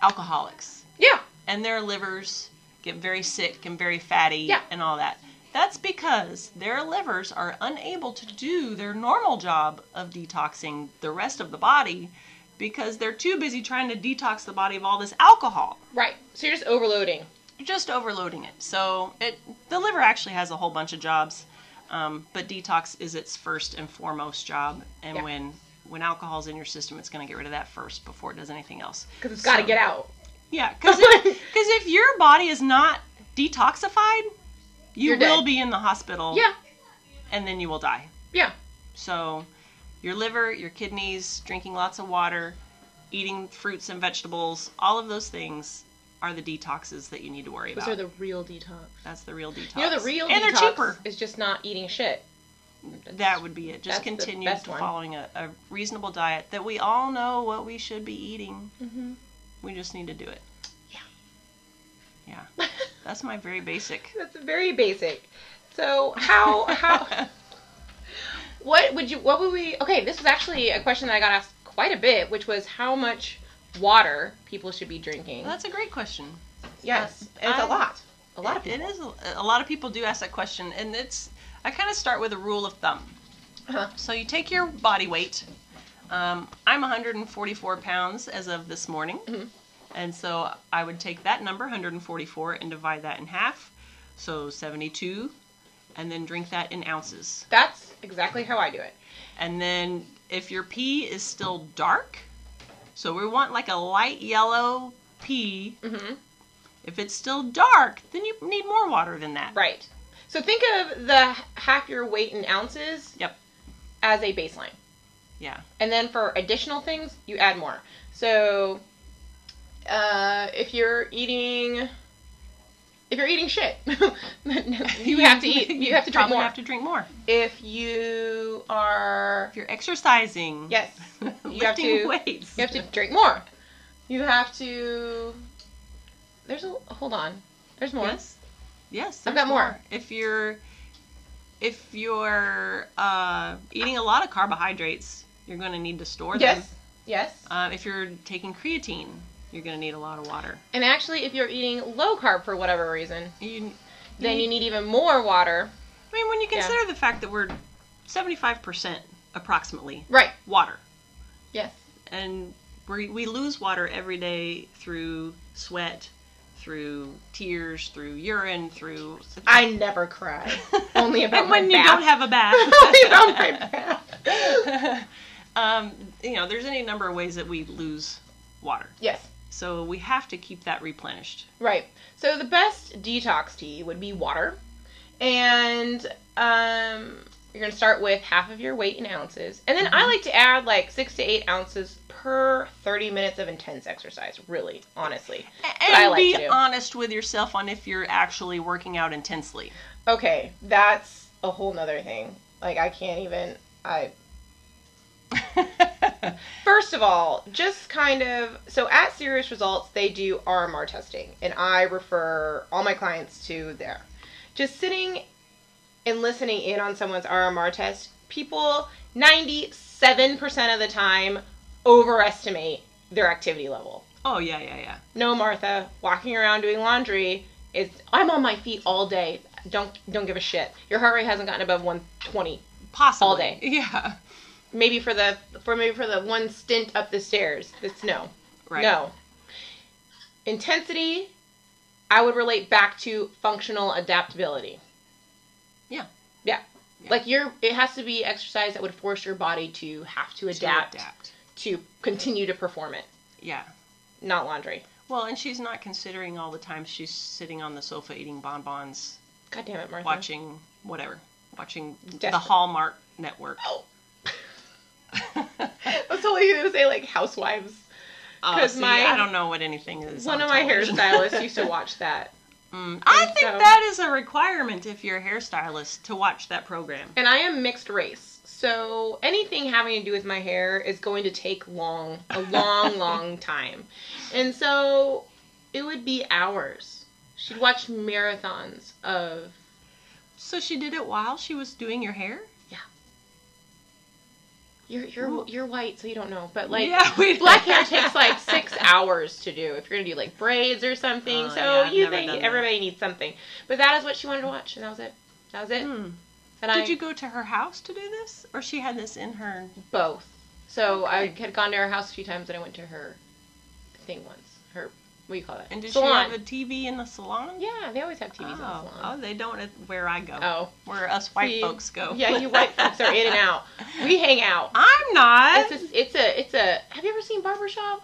[SPEAKER 2] alcoholics,
[SPEAKER 1] Yeah.
[SPEAKER 2] and their livers get very sick and very fatty
[SPEAKER 1] Yeah.
[SPEAKER 2] and all that. That's because their livers are unable to do their normal job of detoxing the rest of the body because they're too busy trying to detox the body of all this alcohol.
[SPEAKER 1] Right. So you're just overloading.
[SPEAKER 2] You're just overloading it. So it the liver actually has a whole bunch of jobs, um, but detox is its first and foremost job. And
[SPEAKER 1] Yeah.
[SPEAKER 2] when when alcohol's in your system, it's going to get rid of that first before it does anything else.
[SPEAKER 1] Because it's got to
[SPEAKER 2] So-
[SPEAKER 1] get out.
[SPEAKER 2] yeah, because
[SPEAKER 1] [laughs]
[SPEAKER 2] if, 'cause if your body is not detoxified, you
[SPEAKER 1] You're
[SPEAKER 2] will
[SPEAKER 1] dead.
[SPEAKER 2] be in the hospital
[SPEAKER 1] Yeah.
[SPEAKER 2] and then you will die.
[SPEAKER 1] Yeah.
[SPEAKER 2] So, your liver, your kidneys, drinking lots of water, eating fruits and vegetables, all of those things are the detoxes that you need to worry
[SPEAKER 1] Those
[SPEAKER 2] about.
[SPEAKER 1] are the real detox.
[SPEAKER 2] That's the real detox.
[SPEAKER 1] You know, the real
[SPEAKER 2] and
[SPEAKER 1] detox
[SPEAKER 2] they're cheaper.
[SPEAKER 1] is just not eating shit. [laughs]
[SPEAKER 2] That would be it.
[SPEAKER 1] That's
[SPEAKER 2] Just
[SPEAKER 1] the
[SPEAKER 2] continue
[SPEAKER 1] best
[SPEAKER 2] to
[SPEAKER 1] one.
[SPEAKER 2] following a, a reasonable diet that we all know what we should be eating.
[SPEAKER 1] Mm-hmm.
[SPEAKER 2] We just need to do it.
[SPEAKER 1] Yeah.
[SPEAKER 2] Yeah. That's my very basic.
[SPEAKER 1] That's very basic. So
[SPEAKER 2] [laughs]
[SPEAKER 1] how how what would you what would we okay, this was actually a question that I got asked quite a bit, which was how much water people should be drinking.
[SPEAKER 2] That's a great question.
[SPEAKER 1] yes.
[SPEAKER 2] that's-
[SPEAKER 1] and it's a
[SPEAKER 2] I-
[SPEAKER 1] lot. A lot of
[SPEAKER 2] It-
[SPEAKER 1] people.
[SPEAKER 2] It is a, a lot of people do ask that question, and it's I kind of start with a rule of thumb.
[SPEAKER 1] Uh-huh.
[SPEAKER 2] So you take your body weight. Um, I'm 144 pounds as of this morning,
[SPEAKER 1] Mhm.
[SPEAKER 2] and so I would take that number 144 and divide that in half, so 72, and then drink that in ounces.
[SPEAKER 1] That's exactly how I do it.
[SPEAKER 2] And then if your pee is still dark, so we want like a light yellow pee.
[SPEAKER 1] Mhm.
[SPEAKER 2] If it's still dark, then you need more water than that.
[SPEAKER 1] Right. So think of the h- half your weight in ounces
[SPEAKER 2] Yep.
[SPEAKER 1] as a baseline.
[SPEAKER 2] Yeah.
[SPEAKER 1] And then for additional things, you add more. So, uh, if you're eating, if you're eating shit, [laughs] [laughs] you have to eat. You have to drink
[SPEAKER 2] Probably
[SPEAKER 1] more.
[SPEAKER 2] Have to drink more.
[SPEAKER 1] If you are,
[SPEAKER 2] If you're exercising, [laughs]
[SPEAKER 1] yes,
[SPEAKER 2] lifting
[SPEAKER 1] you have to-
[SPEAKER 2] weights.
[SPEAKER 1] you have to drink more. You have to. There's a hold on. There's more.
[SPEAKER 2] Yes. Yes.
[SPEAKER 1] I've
[SPEAKER 2] there's
[SPEAKER 1] got more.
[SPEAKER 2] If you're if you're uh, eating a lot of carbohydrates, you're going to need to store them.
[SPEAKER 1] Yes. Yes.
[SPEAKER 2] Um, if you're taking creatine, you're going to need a lot of water.
[SPEAKER 1] And actually, if you're eating low carb for whatever reason,
[SPEAKER 2] You,
[SPEAKER 1] then
[SPEAKER 2] need-
[SPEAKER 1] you need even more water.
[SPEAKER 2] I mean, when you
[SPEAKER 1] Yeah.
[SPEAKER 2] consider the fact that we're 75% approximately
[SPEAKER 1] Right.
[SPEAKER 2] water,
[SPEAKER 1] Yes.
[SPEAKER 2] and we we lose water every day through sweat, through tears, through urine, through. [laughs]
[SPEAKER 1] I never cry. [laughs] Only about
[SPEAKER 2] and when
[SPEAKER 1] my
[SPEAKER 2] you
[SPEAKER 1] bath.
[SPEAKER 2] don't have a bath.
[SPEAKER 1] Only about my bath. [laughs]
[SPEAKER 2] [laughs] um, you know, there's any number of ways that we lose water,
[SPEAKER 1] Yes.
[SPEAKER 2] so we have to keep that replenished.
[SPEAKER 1] Right. So the best detox tea would be water, and um, you're gonna start with half of your weight in ounces, and then I like to add like six to eight ounces per thirty minutes of intense exercise. Really, honestly.
[SPEAKER 2] And
[SPEAKER 1] I like
[SPEAKER 2] be
[SPEAKER 1] to do.
[SPEAKER 2] honest with yourself on if you're actually working out intensely.
[SPEAKER 1] Okay, that's a whole nother thing. Like I can't even. I First of all, just kind of so at Serious Results, they do RMR testing, and I refer all my clients to there. Just sitting and listening in on someone's RMR test, people 97% of the time overestimate their activity level.
[SPEAKER 2] Oh yeah, yeah, yeah.
[SPEAKER 1] No, Martha, walking around doing laundry is I'm on my feet all day. Don't don't give a shit. Your heart rate hasn't gotten above 120.
[SPEAKER 2] Possibly.
[SPEAKER 1] All day.
[SPEAKER 2] [laughs] Yeah.
[SPEAKER 1] Maybe for the for maybe for the one stint up the stairs. That's no.
[SPEAKER 2] Right.
[SPEAKER 1] No. Intensity I would relate back to functional adaptability.
[SPEAKER 2] Yeah.
[SPEAKER 1] Yeah.
[SPEAKER 2] Yeah.
[SPEAKER 1] Like you're it has to be exercise that would force your body to have to
[SPEAKER 2] To
[SPEAKER 1] adapt to,
[SPEAKER 2] adapt.
[SPEAKER 1] continue to perform it.
[SPEAKER 2] Yeah.
[SPEAKER 1] Not laundry.
[SPEAKER 2] Well, and she's not considering all the time she's sitting on the sofa eating bonbons,
[SPEAKER 1] God damn it, Martha.
[SPEAKER 2] watching whatever, watching the
[SPEAKER 1] Desperate.
[SPEAKER 2] Hallmark Network.
[SPEAKER 1] Oh. I was totally gonna say like housewives.
[SPEAKER 2] Oh,
[SPEAKER 1] 'Cause
[SPEAKER 2] see,
[SPEAKER 1] my-
[SPEAKER 2] I don't know what anything is.
[SPEAKER 1] One
[SPEAKER 2] on
[SPEAKER 1] of my
[SPEAKER 2] television.
[SPEAKER 1] hairstylists used to watch that.
[SPEAKER 2] [laughs] Mm, I
[SPEAKER 1] and
[SPEAKER 2] think
[SPEAKER 1] so-
[SPEAKER 2] that is a requirement if you're a hairstylist to watch that program.
[SPEAKER 1] And I am mixed race. So anything having to do with my hair is going to take long a long, long time. And so it would be hours. She'd watch marathons of
[SPEAKER 2] So she did it while she was doing your hair.
[SPEAKER 1] you're you're you're white, so you don't know. But like
[SPEAKER 2] yeah, we-
[SPEAKER 1] [laughs] black
[SPEAKER 2] [laughs]
[SPEAKER 1] hair takes like six hours to do if you're gonna do like braids or something.
[SPEAKER 2] Oh,
[SPEAKER 1] so
[SPEAKER 2] yeah, I've
[SPEAKER 1] you
[SPEAKER 2] never
[SPEAKER 1] think
[SPEAKER 2] done that.
[SPEAKER 1] everybody needs something. But that is what she wanted to watch and that was it. That was it.
[SPEAKER 2] Hmm.
[SPEAKER 1] And I
[SPEAKER 2] Did you go to her house to do this, or she had this in her?
[SPEAKER 1] both. So
[SPEAKER 2] Okay.
[SPEAKER 1] I had gone to her house a few times, and I went to her thing once. Her what do you call that?
[SPEAKER 2] And did
[SPEAKER 1] salon.
[SPEAKER 2] she have a TV in the salon?
[SPEAKER 1] Yeah, they always have TVs in the
[SPEAKER 2] Oh,
[SPEAKER 1] salon.
[SPEAKER 2] oh, they don't at where I go.
[SPEAKER 1] Oh,
[SPEAKER 2] Where us white
[SPEAKER 1] See,
[SPEAKER 2] folks go.
[SPEAKER 1] yeah, you
[SPEAKER 2] [laughs]
[SPEAKER 1] white folks are in and out. We hang out.
[SPEAKER 2] I'm not.
[SPEAKER 1] It's a, it's a it's a. Have you ever seen barbershop?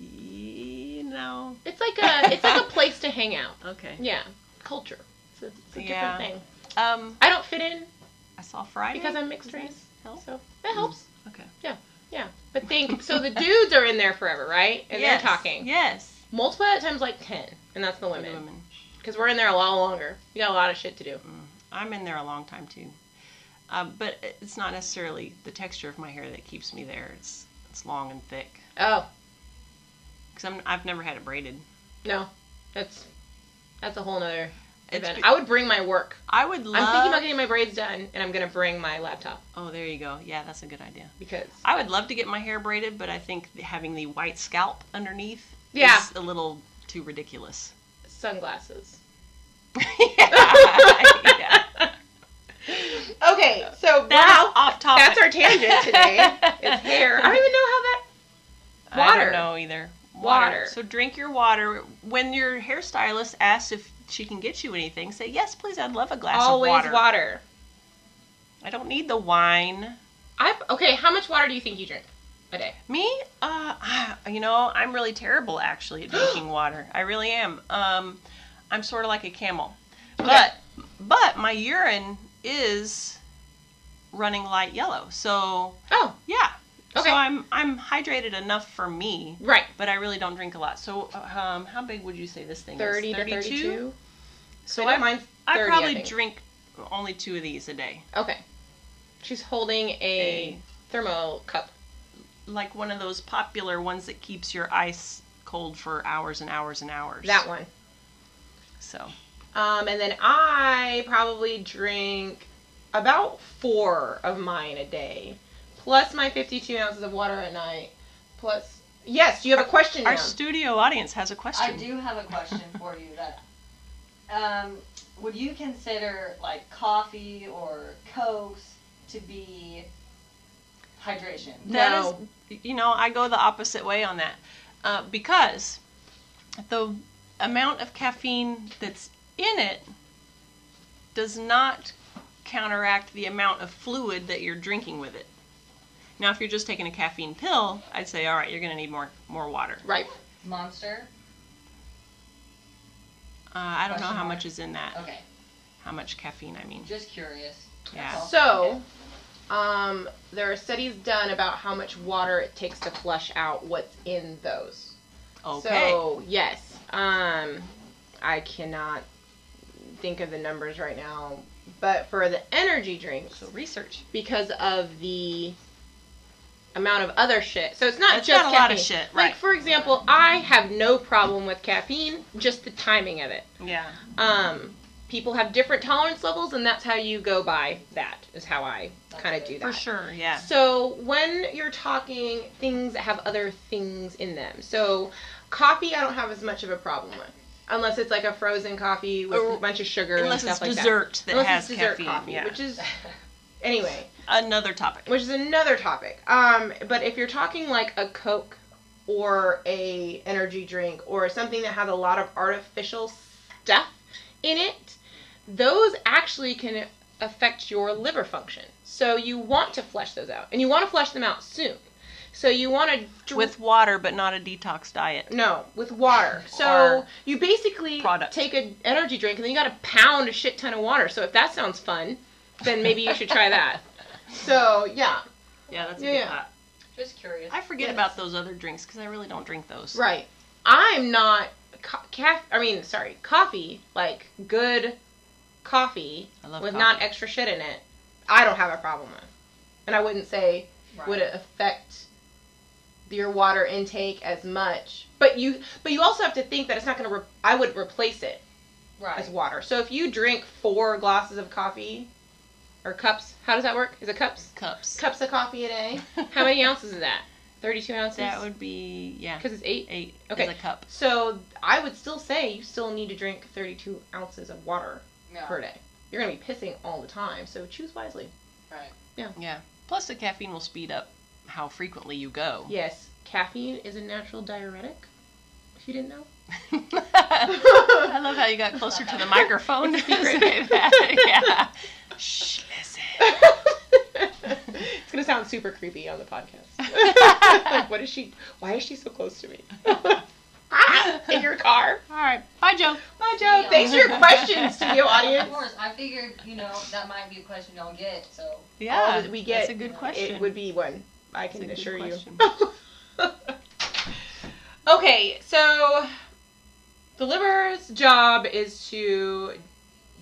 [SPEAKER 2] you know.
[SPEAKER 1] It's like a it's
[SPEAKER 2] [laughs]
[SPEAKER 1] like a place to hang out.
[SPEAKER 2] Okay.
[SPEAKER 1] Yeah, culture. It's a, it's a
[SPEAKER 2] Yeah.
[SPEAKER 1] different thing.
[SPEAKER 2] Um,
[SPEAKER 1] I don't fit in
[SPEAKER 2] I saw Friday
[SPEAKER 1] because I'm
[SPEAKER 2] Does
[SPEAKER 1] mixed
[SPEAKER 2] that
[SPEAKER 1] race,
[SPEAKER 2] help? Mm,
[SPEAKER 1] so that helps.
[SPEAKER 2] Okay.
[SPEAKER 1] Yeah, but think so. The dudes are in there forever, right? And
[SPEAKER 2] yes.
[SPEAKER 1] they're talking.
[SPEAKER 2] Yes.
[SPEAKER 1] Multiply that times like ten, and that's the
[SPEAKER 2] For the Mm.
[SPEAKER 1] women. because we're in there a lot longer. We got a lot of shit to do.
[SPEAKER 2] I'm in there a long time too. Um, but it's not necessarily the texture of my hair that keeps me there. It's it's long and thick.
[SPEAKER 1] Oh
[SPEAKER 2] Because I've never had it braided.
[SPEAKER 1] no, that's that's a whole nother
[SPEAKER 2] It's
[SPEAKER 1] event.
[SPEAKER 2] be-
[SPEAKER 1] I would bring my work.
[SPEAKER 2] I would love.
[SPEAKER 1] I'm thinking about getting my braids done, and I'm gonna bring my laptop
[SPEAKER 2] Oh, there you go. Yeah, that's a good idea.
[SPEAKER 1] because
[SPEAKER 2] I would love to get my hair braided, but I think th- having the white scalp underneath
[SPEAKER 1] Yeah.
[SPEAKER 2] is a little too ridiculous.
[SPEAKER 1] sunglasses.
[SPEAKER 2] yeah, [laughs] yeah.
[SPEAKER 1] [laughs] Okay, so
[SPEAKER 2] That is
[SPEAKER 1] wow,
[SPEAKER 2] off topic.
[SPEAKER 1] that's our tangent today.
[SPEAKER 2] [laughs]
[SPEAKER 1] it's hair. I don't even know how that.
[SPEAKER 2] I
[SPEAKER 1] Water.
[SPEAKER 2] don't know either.
[SPEAKER 1] Water.
[SPEAKER 2] So drink your water. When your hairstylist asks if she can get you anything, say yes, please. I'd love a glass
[SPEAKER 1] Always
[SPEAKER 2] of water.
[SPEAKER 1] water.
[SPEAKER 2] I don't need the wine.
[SPEAKER 1] I okay. How much water do you think you drink a day?
[SPEAKER 2] Me, uh, [sighs] ah, you know, I'm really terrible actually
[SPEAKER 1] [gasps]
[SPEAKER 2] at drinking water. I really am. Um, I'm sort of like a camel, but but my urine is running light yellow. So
[SPEAKER 1] Oh,
[SPEAKER 2] yeah.
[SPEAKER 1] Okay.
[SPEAKER 2] So I'm I'm hydrated enough for me.
[SPEAKER 1] right.
[SPEAKER 2] but I really don't drink a lot. So, um, how big would you say this thing
[SPEAKER 1] Thirty
[SPEAKER 2] is?
[SPEAKER 1] to thirty-two.
[SPEAKER 2] So
[SPEAKER 1] I
[SPEAKER 2] I,
[SPEAKER 1] don't mind.
[SPEAKER 2] I
[SPEAKER 1] 30, I
[SPEAKER 2] probably
[SPEAKER 1] think.
[SPEAKER 2] drink only two of these a day.
[SPEAKER 1] Okay. She's holding a thermo cup.
[SPEAKER 2] Like one of those popular ones that keeps your ice cold for hours and hours and hours.
[SPEAKER 1] That one.
[SPEAKER 2] So,
[SPEAKER 1] Um, and then I probably drink about four of mine a day, plus my 52 ounces of water at night. Plus, yes, you have a question
[SPEAKER 2] our
[SPEAKER 1] now.
[SPEAKER 2] studio audience has a question.
[SPEAKER 3] I do have a question for you. That um, would you consider like coffee or cokes to be hydration?
[SPEAKER 2] That is,
[SPEAKER 1] No.
[SPEAKER 2] you know, I go the opposite way on that uh, because the amount of caffeine that's in it does not counteract the amount of fluid that you're drinking with it. Now, if you're just taking a caffeine pill, I'd say, all right, you're going to need more more water.
[SPEAKER 1] right.
[SPEAKER 3] Monster.
[SPEAKER 2] Uh, I don't know
[SPEAKER 3] Question
[SPEAKER 2] how
[SPEAKER 3] mark.
[SPEAKER 2] much is in that,
[SPEAKER 3] Okay,
[SPEAKER 2] how much caffeine I mean.
[SPEAKER 3] just curious. That's
[SPEAKER 2] Yeah.
[SPEAKER 3] all.
[SPEAKER 1] So, um, there are studies done about how much water it takes to flush out what's in those.
[SPEAKER 2] Okay.
[SPEAKER 1] So yes, um, I cannot think of the numbers right now, but for the energy drinks,
[SPEAKER 2] So, research.
[SPEAKER 1] because of the amount of other shit. So it's not
[SPEAKER 2] It's
[SPEAKER 1] just
[SPEAKER 2] got a
[SPEAKER 1] caffeine.
[SPEAKER 2] lot of shit, right.
[SPEAKER 1] Like for example, I have no problem with caffeine, just the timing of it.
[SPEAKER 2] Yeah.
[SPEAKER 1] Um, people have different tolerance levels, and that's how you go by that, is how I kind of do that.
[SPEAKER 2] For sure, yeah.
[SPEAKER 1] So when you're talking things that have other things in them, so coffee I don't have as much of a problem with, unless it's like a frozen coffee with
[SPEAKER 2] Or-
[SPEAKER 1] a bunch of sugar
[SPEAKER 2] Unless
[SPEAKER 1] and
[SPEAKER 2] it's
[SPEAKER 1] stuff like
[SPEAKER 2] dessert
[SPEAKER 1] that.
[SPEAKER 2] that,
[SPEAKER 1] unless
[SPEAKER 2] has
[SPEAKER 1] it's dessert
[SPEAKER 2] caffeine,
[SPEAKER 1] coffee,
[SPEAKER 2] yeah.
[SPEAKER 1] which is anyway,
[SPEAKER 2] Another topic.
[SPEAKER 1] which is another topic. Um, but if you're talking like a Coke or a energy drink or something that has a lot of artificial stuff in it, those actually can affect your liver function. So you want to flush those out, and you want to flush them out soon. So you want to dr-
[SPEAKER 2] With water, but not a detox diet.
[SPEAKER 1] no, with water. So
[SPEAKER 2] Or
[SPEAKER 1] you basically
[SPEAKER 2] product.
[SPEAKER 1] take an energy drink and then you got to pound a shit ton of water. So if that sounds fun, then maybe you should try
[SPEAKER 2] [laughs]
[SPEAKER 1] that. So yeah,
[SPEAKER 2] Yeah, that's
[SPEAKER 1] a Yeah, good yeah. thought.
[SPEAKER 3] [laughs] Just curious.
[SPEAKER 2] I forget
[SPEAKER 1] Yes.
[SPEAKER 2] about those other drinks because I really don't drink those.
[SPEAKER 1] right. I'm not co- caf. I mean, sorry, coffee. Like good coffee
[SPEAKER 2] I love
[SPEAKER 1] with
[SPEAKER 2] coffee.
[SPEAKER 1] not extra shit in it. I don't have a problem with, and I wouldn't say
[SPEAKER 3] Right.
[SPEAKER 1] would uh, it affect your water intake as much. But you, but you also have to think that it's not going to. Re- I would replace it.
[SPEAKER 3] right.
[SPEAKER 1] as water. So if you drink four glasses of coffee or cups, how does that work? Is it cups?
[SPEAKER 2] Cups.
[SPEAKER 1] Cups of coffee a day. How
[SPEAKER 2] [laughs]
[SPEAKER 1] many ounces is that? 32 ounces?
[SPEAKER 2] That would be yeah.
[SPEAKER 1] Because it's eight.
[SPEAKER 2] Eight
[SPEAKER 1] Okay.
[SPEAKER 2] is a cup.
[SPEAKER 1] So I would still say you still need to drink 32 ounces of water
[SPEAKER 3] Yeah,
[SPEAKER 1] per day. You're going to be pissing all the time, so choose wisely.
[SPEAKER 3] Right.
[SPEAKER 2] Yeah. Plus, the caffeine will speed up how frequently you go.
[SPEAKER 1] Yes, caffeine is a natural diuretic, if you didn't know.
[SPEAKER 2] [laughs] [laughs] I love how you [laughs] got closer to the microphone [laughs] to
[SPEAKER 1] Secret.
[SPEAKER 2] say that. [laughs] Yeah. Shh. Listen.
[SPEAKER 1] [laughs] it's gonna sound super creepy on the
[SPEAKER 2] [laughs]
[SPEAKER 1] podcast. like, what is she? Why is she so close to me? [laughs] Ah, in your
[SPEAKER 2] [laughs]
[SPEAKER 1] car.
[SPEAKER 2] All right. Bye, Joe.
[SPEAKER 1] Hi, Joe. Thanks for your questions,
[SPEAKER 2] [laughs]
[SPEAKER 1] studio
[SPEAKER 3] Of
[SPEAKER 1] audience.
[SPEAKER 3] course, I figured you know that might be a question y'all get. So
[SPEAKER 1] [laughs]
[SPEAKER 3] [laughs]
[SPEAKER 2] Yeah.
[SPEAKER 1] that we get,
[SPEAKER 2] That's a good
[SPEAKER 3] it
[SPEAKER 2] question.
[SPEAKER 1] It would be one. I can
[SPEAKER 2] That's a
[SPEAKER 1] assure
[SPEAKER 2] good
[SPEAKER 1] you. [laughs] okay, so the liver's job is to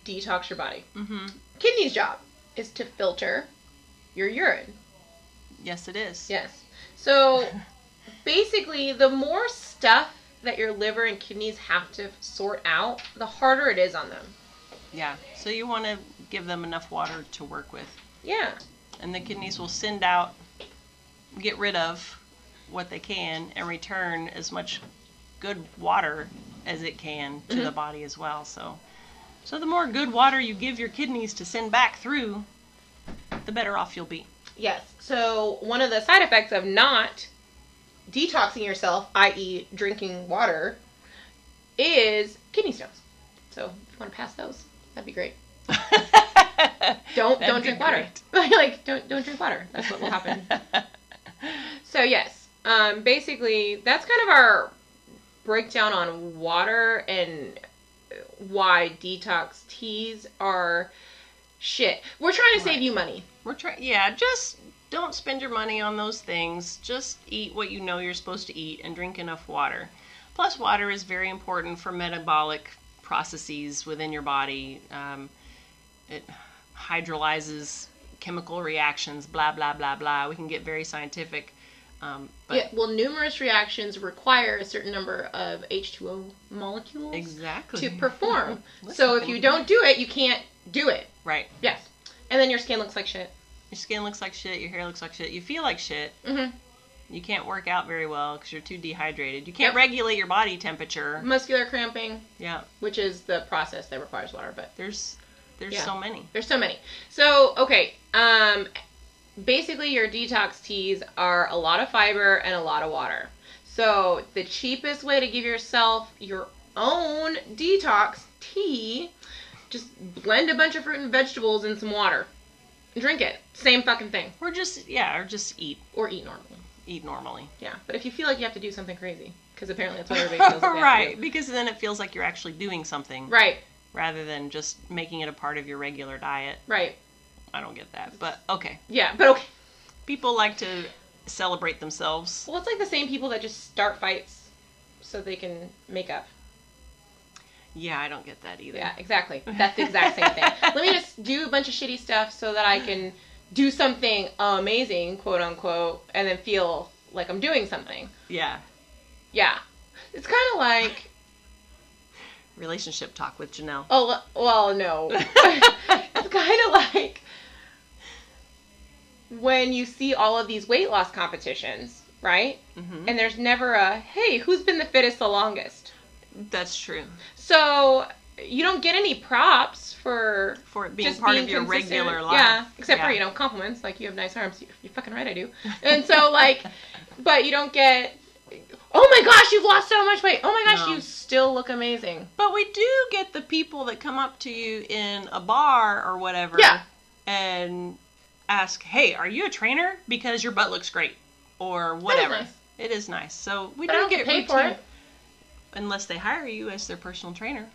[SPEAKER 1] detox your body.
[SPEAKER 2] Mm-hmm.
[SPEAKER 1] Kidney's job is to filter your urine.
[SPEAKER 2] Yes, it is.
[SPEAKER 1] Yes. So [laughs] basically, the more stuff that your liver and kidneys have to sort out, the harder it is on them.
[SPEAKER 2] Yeah. So you want to give them enough water to work with,
[SPEAKER 1] Yeah.
[SPEAKER 2] and the kidneys will send out, get rid of what they can, and return as much good water as it can to
[SPEAKER 1] Mm-hmm.
[SPEAKER 2] the body as well. So, so the more good water you give your kidneys to send back through, the better off you'll be.
[SPEAKER 1] Yes. So one of the side effects of not detoxing yourself, i.e., drinking water, is kidney stones. So if you want to pass those, that'd be great. Don't
[SPEAKER 2] That'd
[SPEAKER 1] don't
[SPEAKER 2] be
[SPEAKER 1] drink water. [laughs] like don't don't drink water. [laughs] That's what will
[SPEAKER 2] [laughs]
[SPEAKER 1] happen. So yes, um, basically that's kind of our breakdown on water and why detox teas are shit. We're trying to save you money.
[SPEAKER 2] We're trying. Yeah, just don't spend your money on those things. Just eat what you know you're supposed to eat and drink enough water. Plus, water is very important for metabolic processes within your body. Um, it hydrolyzes chemical reactions. Blah blah blah blah. We can get very scientific. Um, but
[SPEAKER 1] yeah, well, numerous reactions require a certain number of H2O molecules
[SPEAKER 2] exactly
[SPEAKER 1] to
[SPEAKER 2] [laughs]
[SPEAKER 1] perform. so if you don't do it, you can't do it.
[SPEAKER 2] right,
[SPEAKER 1] Yes. And then your skin looks like shit.
[SPEAKER 2] your skin looks like shit. Your hair looks like shit. You feel like shit.
[SPEAKER 1] hmm
[SPEAKER 2] You can't work out very well because you're too dehydrated. You can't
[SPEAKER 1] Yep. Mm-hmm.
[SPEAKER 2] regulate your body temperature.
[SPEAKER 1] Muscular cramping,
[SPEAKER 2] Yeah.
[SPEAKER 1] which is the process that requires water, but
[SPEAKER 2] There's there's
[SPEAKER 1] Yeah.
[SPEAKER 2] so many.
[SPEAKER 1] There's so many. So, okay. Um basically your detox teas are a lot of fiber and a lot of water. So, the cheapest way to give yourself your own detox tea, just blend a bunch of fruit and vegetables in some water. Drink it. Same fucking thing
[SPEAKER 2] Or just yeah, or just eat
[SPEAKER 1] or eat normally.
[SPEAKER 2] eat normally.
[SPEAKER 1] Yeah, but if you feel like you have to do something crazy because apparently that's what
[SPEAKER 2] [laughs]
[SPEAKER 1] everybody feels like they have to
[SPEAKER 2] right,
[SPEAKER 1] do.
[SPEAKER 2] because then it feels like you're actually doing something
[SPEAKER 1] Right,
[SPEAKER 2] rather than just making it a part of your regular diet.
[SPEAKER 1] right.
[SPEAKER 2] I don't get that, but okay.
[SPEAKER 1] Yeah, but okay.
[SPEAKER 2] People like to celebrate themselves.
[SPEAKER 1] Well, it's like the same people that just start fights so they can make up.
[SPEAKER 2] Yeah, I don't get that either.
[SPEAKER 1] Yeah, exactly. That's the exact same thing. Let me just do a bunch of shitty stuff so that I can do something amazing, quote unquote, and then feel like I'm doing something.
[SPEAKER 2] Yeah.
[SPEAKER 1] Yeah. It's kind of like
[SPEAKER 2] relationship talk with Janelle.
[SPEAKER 1] Oh well, no. [laughs] it's kind of like when you see all of these weight loss competitions, right?
[SPEAKER 2] hmm
[SPEAKER 1] And there's never a hey, who's been the fittest the longest.
[SPEAKER 2] That's true.
[SPEAKER 1] So you don't get any props for
[SPEAKER 2] For it being
[SPEAKER 1] just
[SPEAKER 2] part
[SPEAKER 1] being
[SPEAKER 2] of your
[SPEAKER 1] consistent.
[SPEAKER 2] regular life.
[SPEAKER 1] Yeah, except for
[SPEAKER 2] Yeah.
[SPEAKER 1] you know compliments like you have nice arms. You're, you're fucking right, I do. And so
[SPEAKER 2] [laughs]
[SPEAKER 1] like, but you don't get. Oh my gosh, you've lost so much weight. Oh my gosh,
[SPEAKER 2] No.
[SPEAKER 1] you still look amazing.
[SPEAKER 2] But we do get the people that come up to you in a bar or whatever
[SPEAKER 1] Yeah.
[SPEAKER 2] and ask, "Hey, are you a trainer? Because your butt looks great." Or whatever.
[SPEAKER 1] nice.
[SPEAKER 2] It is nice. So we
[SPEAKER 1] But I
[SPEAKER 2] do
[SPEAKER 1] don't
[SPEAKER 2] get
[SPEAKER 1] get paid for
[SPEAKER 2] routine-
[SPEAKER 1] it.
[SPEAKER 2] unless they hire you as their personal trainer.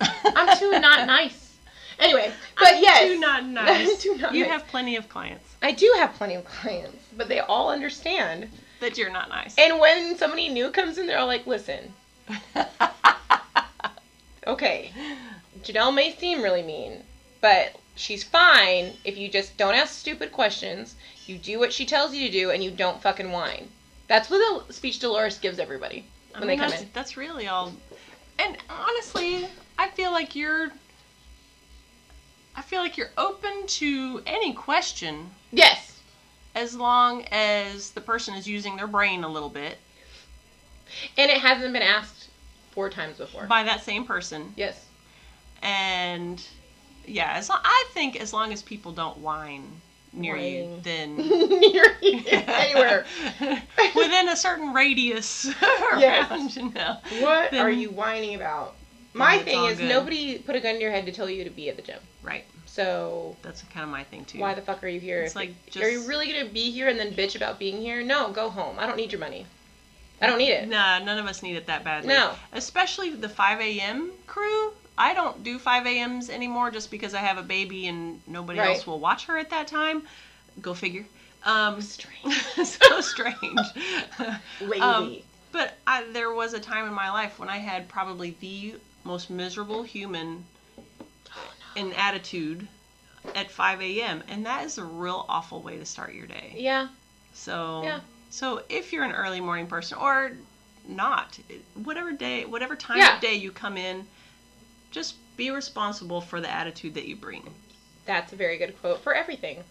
[SPEAKER 1] I'm
[SPEAKER 2] [laughs]
[SPEAKER 1] too not nice. Anyway, but
[SPEAKER 2] I'm
[SPEAKER 1] yes,
[SPEAKER 2] [laughs]
[SPEAKER 1] [laughs]
[SPEAKER 2] too not nice.
[SPEAKER 1] I'm too not
[SPEAKER 2] you
[SPEAKER 1] nice.
[SPEAKER 2] have plenty of clients
[SPEAKER 1] I do have plenty of clients, but they all understand.
[SPEAKER 2] that you're not nice.
[SPEAKER 1] And when somebody new comes in, they're all like, "Listen,
[SPEAKER 2] [laughs]
[SPEAKER 1] okay, Janelle may seem really mean, but she's fine if you just don't ask stupid questions, you do what she tells you to do, and you don't fucking whine. That's what the speech Dolores gives everybody
[SPEAKER 2] I
[SPEAKER 1] when
[SPEAKER 2] mean,
[SPEAKER 1] they come
[SPEAKER 2] that's,
[SPEAKER 1] in.
[SPEAKER 2] that's really all. And honestly, I feel like you're. I feel like you're open to any question
[SPEAKER 1] Yes.
[SPEAKER 2] as long as the person is using their brain a little bit
[SPEAKER 1] And it hasn't been asked four times before.
[SPEAKER 2] by that same person.
[SPEAKER 1] Yes. [laughs]
[SPEAKER 2] And yeah, as lo- I think as long as people don't whine near you,
[SPEAKER 1] Whine.
[SPEAKER 2] then [laughs]
[SPEAKER 1] Near you, [laughs] anywhere.
[SPEAKER 2] within a certain radius [laughs] around
[SPEAKER 1] Yes.
[SPEAKER 2] Janelle.
[SPEAKER 1] What
[SPEAKER 2] Then-
[SPEAKER 1] are you whining about? My
[SPEAKER 2] it's
[SPEAKER 1] thing
[SPEAKER 2] all
[SPEAKER 1] is
[SPEAKER 2] good.
[SPEAKER 1] nobody put a gun to your head to tell you to be at the gym.
[SPEAKER 2] Right.
[SPEAKER 1] So
[SPEAKER 2] That's kind of my thing too.
[SPEAKER 1] why the fuck are you here?
[SPEAKER 2] It's
[SPEAKER 1] If-
[SPEAKER 2] like
[SPEAKER 1] are
[SPEAKER 2] just-
[SPEAKER 1] you really gonna be here and then bitch about being here? No, go home. I don't need your money. I don't need it.
[SPEAKER 2] Nah, none of us need it that badly.
[SPEAKER 1] No.
[SPEAKER 2] Especially the 5 a.m. crew. I don't do 5 a.m.s anymore just because I have a baby and nobody
[SPEAKER 1] Right.
[SPEAKER 2] else will watch her at that time. Go figure. Um, [laughs]
[SPEAKER 1] Strange.
[SPEAKER 2] so strange. [laughs]
[SPEAKER 1] Lazy.
[SPEAKER 2] Um, but I, there was a time in my life when I had probably the most miserable human in attitude at 5 a.m. And that is a real awful way to start your day.
[SPEAKER 1] yeah.
[SPEAKER 2] So
[SPEAKER 1] Yeah.
[SPEAKER 2] so if you're an early morning person or not, whatever day, whatever time
[SPEAKER 1] Yeah.
[SPEAKER 2] of day you come in, just be responsible for the attitude that you bring.
[SPEAKER 1] That's a very good quote for everything.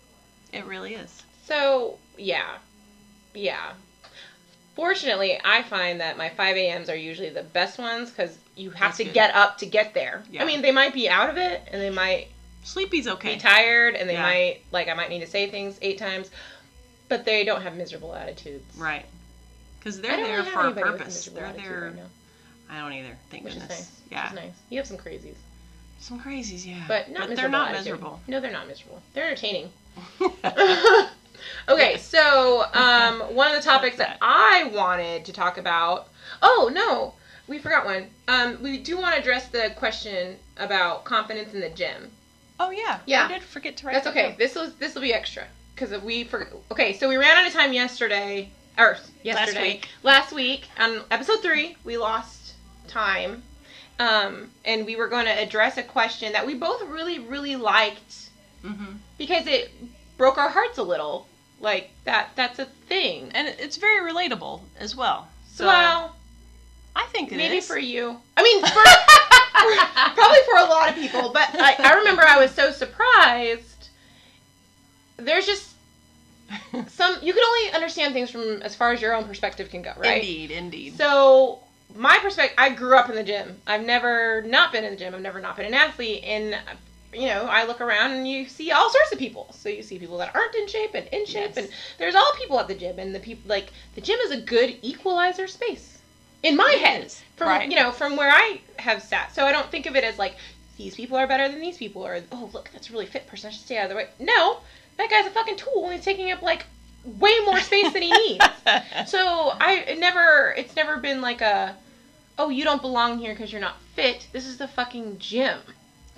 [SPEAKER 2] It really is.
[SPEAKER 1] So yeah. Yeah. Fortunately, I find that my 5 a.m.s are usually the best ones because you have
[SPEAKER 2] That's
[SPEAKER 1] to
[SPEAKER 2] good.
[SPEAKER 1] get up to get there.
[SPEAKER 2] Yeah.
[SPEAKER 1] I mean, they might be out of it and they might
[SPEAKER 2] Sleepy's okay.
[SPEAKER 1] be tired and they
[SPEAKER 2] Yeah.
[SPEAKER 1] might like I might need to say things eight times, but they don't have miserable attitudes.
[SPEAKER 2] Right. Because
[SPEAKER 1] I
[SPEAKER 2] they're
[SPEAKER 1] don't
[SPEAKER 2] there
[SPEAKER 1] really have
[SPEAKER 2] for a
[SPEAKER 1] anybody with
[SPEAKER 2] purpose.
[SPEAKER 1] miserable
[SPEAKER 2] They're
[SPEAKER 1] attitude
[SPEAKER 2] there.
[SPEAKER 1] right now,
[SPEAKER 2] I don't either. Thank
[SPEAKER 1] which is
[SPEAKER 2] goodness.
[SPEAKER 1] nice.
[SPEAKER 2] Yeah.
[SPEAKER 1] Which is nice. You have some crazies,
[SPEAKER 2] Some crazies, yeah.
[SPEAKER 1] but not miserable
[SPEAKER 2] they're not
[SPEAKER 1] attitude.
[SPEAKER 2] miserable.
[SPEAKER 1] No, they're not miserable. They're entertaining.
[SPEAKER 2] [laughs]
[SPEAKER 1] [laughs] okay, so um,
[SPEAKER 2] [laughs]
[SPEAKER 1] one of the topics that I wanted to talk about. Oh no, we forgot one. Um, we do want to address the question about confidence in the gym.
[SPEAKER 2] oh yeah.
[SPEAKER 1] Yeah.
[SPEAKER 2] I did forget to write.
[SPEAKER 1] That's
[SPEAKER 2] that
[SPEAKER 1] okay.
[SPEAKER 2] down.
[SPEAKER 1] This was this will be extra because we for okay. So we ran out of time yesterday or yesterday
[SPEAKER 2] week.
[SPEAKER 1] last week on episode three we lost time, um, and we were going to address a question that we both really really liked
[SPEAKER 2] Mhm.
[SPEAKER 1] because it broke our hearts a little. Like that that's a thing.
[SPEAKER 2] And it- it's very relatable as well. So
[SPEAKER 1] So, well,
[SPEAKER 2] I think it is.
[SPEAKER 1] maybe
[SPEAKER 2] [laughs]
[SPEAKER 1] for you. I mean, for, [laughs] probably for a lot of people. But I, I remember I was so surprised. There's just some you can only understand things from as far as your own perspective can go, right?
[SPEAKER 2] Indeed, indeed.
[SPEAKER 1] So my perspective, I grew up in the gym. I've never not been in the gym. I've never not been an athlete, and you know, I look around and you see all sorts of people. So you see people that aren't in shape and in shape,
[SPEAKER 2] Yes.
[SPEAKER 1] and there's all people at the gym, and the people like the gym is a good equalizer space in my
[SPEAKER 2] It
[SPEAKER 1] head
[SPEAKER 2] is,
[SPEAKER 1] from
[SPEAKER 2] right.
[SPEAKER 1] you know from where I have sat. So I don't think of it as like these people are better than these people, or oh look, that's a really fit person. I should stay out of the way. No, that guy's a fucking tool, and he's taking up like way more space
[SPEAKER 2] [laughs]
[SPEAKER 1] than he needs. [laughs] So I it never, it's never been like a, oh, you don't belong here because you're not fit. This is the fucking gym.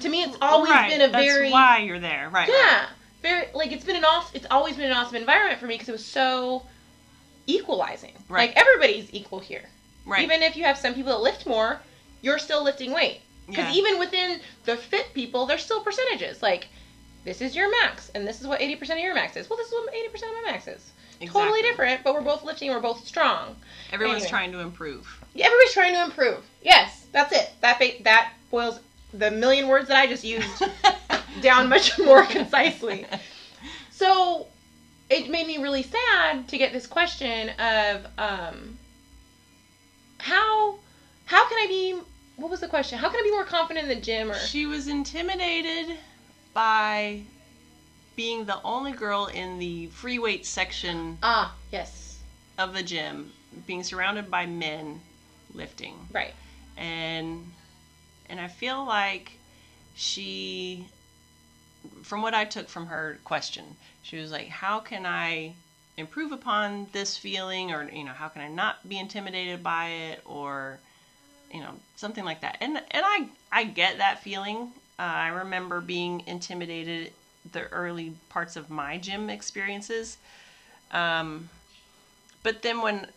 [SPEAKER 1] To me, it's always
[SPEAKER 2] Right,
[SPEAKER 1] been a
[SPEAKER 2] that's
[SPEAKER 1] very
[SPEAKER 2] why you're there, right? right.
[SPEAKER 1] yeah, very like it's been an awesome. It's always been an awesome environment for me because it was so equalizing.
[SPEAKER 2] Right.
[SPEAKER 1] Like everybody's equal here.
[SPEAKER 2] Right.
[SPEAKER 1] Even if you have some people that lift more, you're still lifting weight. Because
[SPEAKER 2] Yeah.
[SPEAKER 1] even within the fit people, there's still percentages. Like, this is your max, and this is what 80% of your max is. Well, this is what 80% of my max is. Totally
[SPEAKER 2] Exactly.
[SPEAKER 1] different, but we're both lifting, we're both strong.
[SPEAKER 2] Everyone's
[SPEAKER 1] Anyway.
[SPEAKER 2] trying to improve.
[SPEAKER 1] Everybody's trying to improve. Yes, That's it. That ba- that boils the million words that I just
[SPEAKER 2] [laughs]
[SPEAKER 1] used [laughs] down much more concisely. So it made me really sad to get this question of um, how how can I be what was the question? How can I be more confident in the gym or
[SPEAKER 2] She was intimidated by being the only girl in the free weight section
[SPEAKER 1] ah yes
[SPEAKER 2] of the gym, being surrounded by men lifting.
[SPEAKER 1] right
[SPEAKER 2] And and I feel like she from what I took from her question, she was like, "How can I improve upon this feeling or you know, how can I not be intimidated by it or you know, something like that." And and I I get that feeling. Uh, I remember being intimidated the early parts of my gym experiences. Um but then when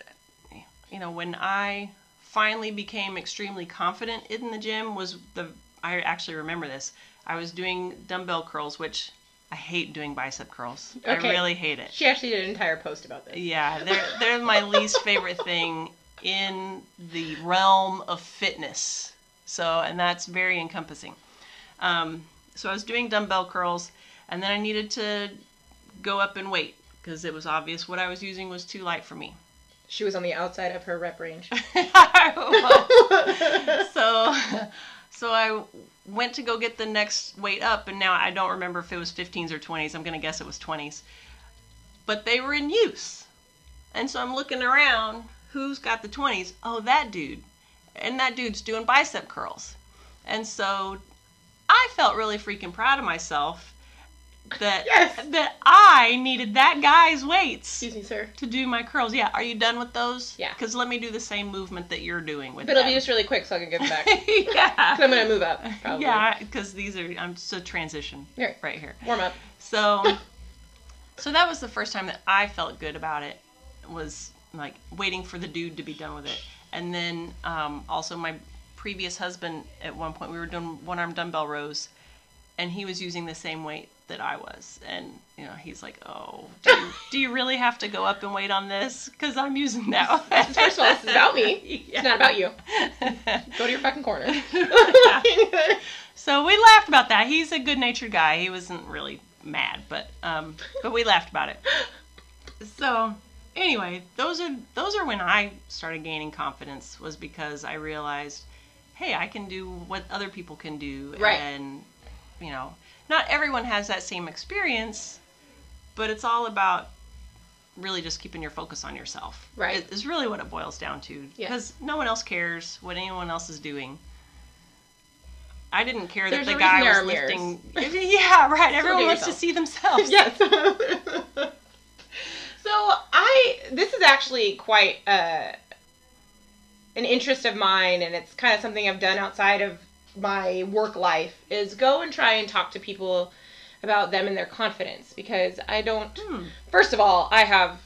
[SPEAKER 2] you know, when I finally became extremely confident in the gym was the I actually remember this. I was doing dumbbell curls, which I hate doing bicep curls.
[SPEAKER 1] Okay.
[SPEAKER 2] I really hate it.
[SPEAKER 1] she actually did an entire post about this
[SPEAKER 2] Yeah, they're they're my least favorite thing in the realm of fitness. So, and that's very encompassing. Um, so I was doing dumbbell curls, and then I needed to go up in weight because it was obvious what I was using was too light for me. [laughs]
[SPEAKER 1] she was on the outside of her rep range [laughs]
[SPEAKER 2] so [laughs] so I went to go get the next weight up and now I don't remember if it was 15s or 20s. I'm going to guess it was 20s. But they were in use. And so I'm looking around, who's got the 20s? Oh, that dude. And that dude's doing bicep curls. And so I felt really freaking proud of myself that
[SPEAKER 1] [laughs] Yes.
[SPEAKER 2] that I needed that guy's weights
[SPEAKER 1] excuse me sir
[SPEAKER 2] to do my curls. Yeah, are you done with those?
[SPEAKER 1] Yeah.
[SPEAKER 2] Because let me do the same movement that you're doing with
[SPEAKER 1] but it'll be
[SPEAKER 2] them.
[SPEAKER 1] just really quick so I can get them
[SPEAKER 2] [laughs]
[SPEAKER 1] back i I'm
[SPEAKER 2] yeah.
[SPEAKER 1] gonna move up probably
[SPEAKER 2] Yeah, because these are I'm just a transition
[SPEAKER 1] Right.
[SPEAKER 2] right here.
[SPEAKER 1] warm up
[SPEAKER 2] So, [laughs] so that was the first time that I felt good about it. Was like waiting for the dude to be done with it, and then um, also my previous husband at one point we were doing one arm dumbbell rows, and he was using the same weight that I was, and you know he's like, oh, do you, [laughs] do you really have to go up and wait on this? Because I'm using that. one."
[SPEAKER 1] [laughs] First of all, this is about me.
[SPEAKER 2] [laughs] Yeah.
[SPEAKER 1] it's not about you
[SPEAKER 2] [laughs]
[SPEAKER 1] go to your fucking corner [laughs]
[SPEAKER 2] So we laughed about that. He's a good-natured guy. He wasn't really mad, but um, but we laughed about it. So anyway, those are those are when I started gaining confidence was because I realized, hey, I can do what other people can do,
[SPEAKER 1] Right.
[SPEAKER 2] and you know, not everyone has that same experience, but it's all about really just keeping your focus on yourself.
[SPEAKER 1] Right.
[SPEAKER 2] It- Is really what it boils down to.
[SPEAKER 1] Yeah.
[SPEAKER 2] Because no one else cares what anyone else is doing. I didn't care
[SPEAKER 1] There's
[SPEAKER 2] that
[SPEAKER 1] a
[SPEAKER 2] the
[SPEAKER 1] reason
[SPEAKER 2] guy
[SPEAKER 1] there are
[SPEAKER 2] was lifting.
[SPEAKER 1] [laughs]
[SPEAKER 2] [laughs] yeah, right. Everyone
[SPEAKER 1] at
[SPEAKER 2] wants to
[SPEAKER 1] yourself.
[SPEAKER 2] see themselves.
[SPEAKER 1] yes. [laughs] so I this is actually quite uh, an interest of mine, and it's kind of something I've done outside of my work life is go and try and talk to people about them and their confidence because I don't.
[SPEAKER 2] Hmm.
[SPEAKER 1] First of all, I have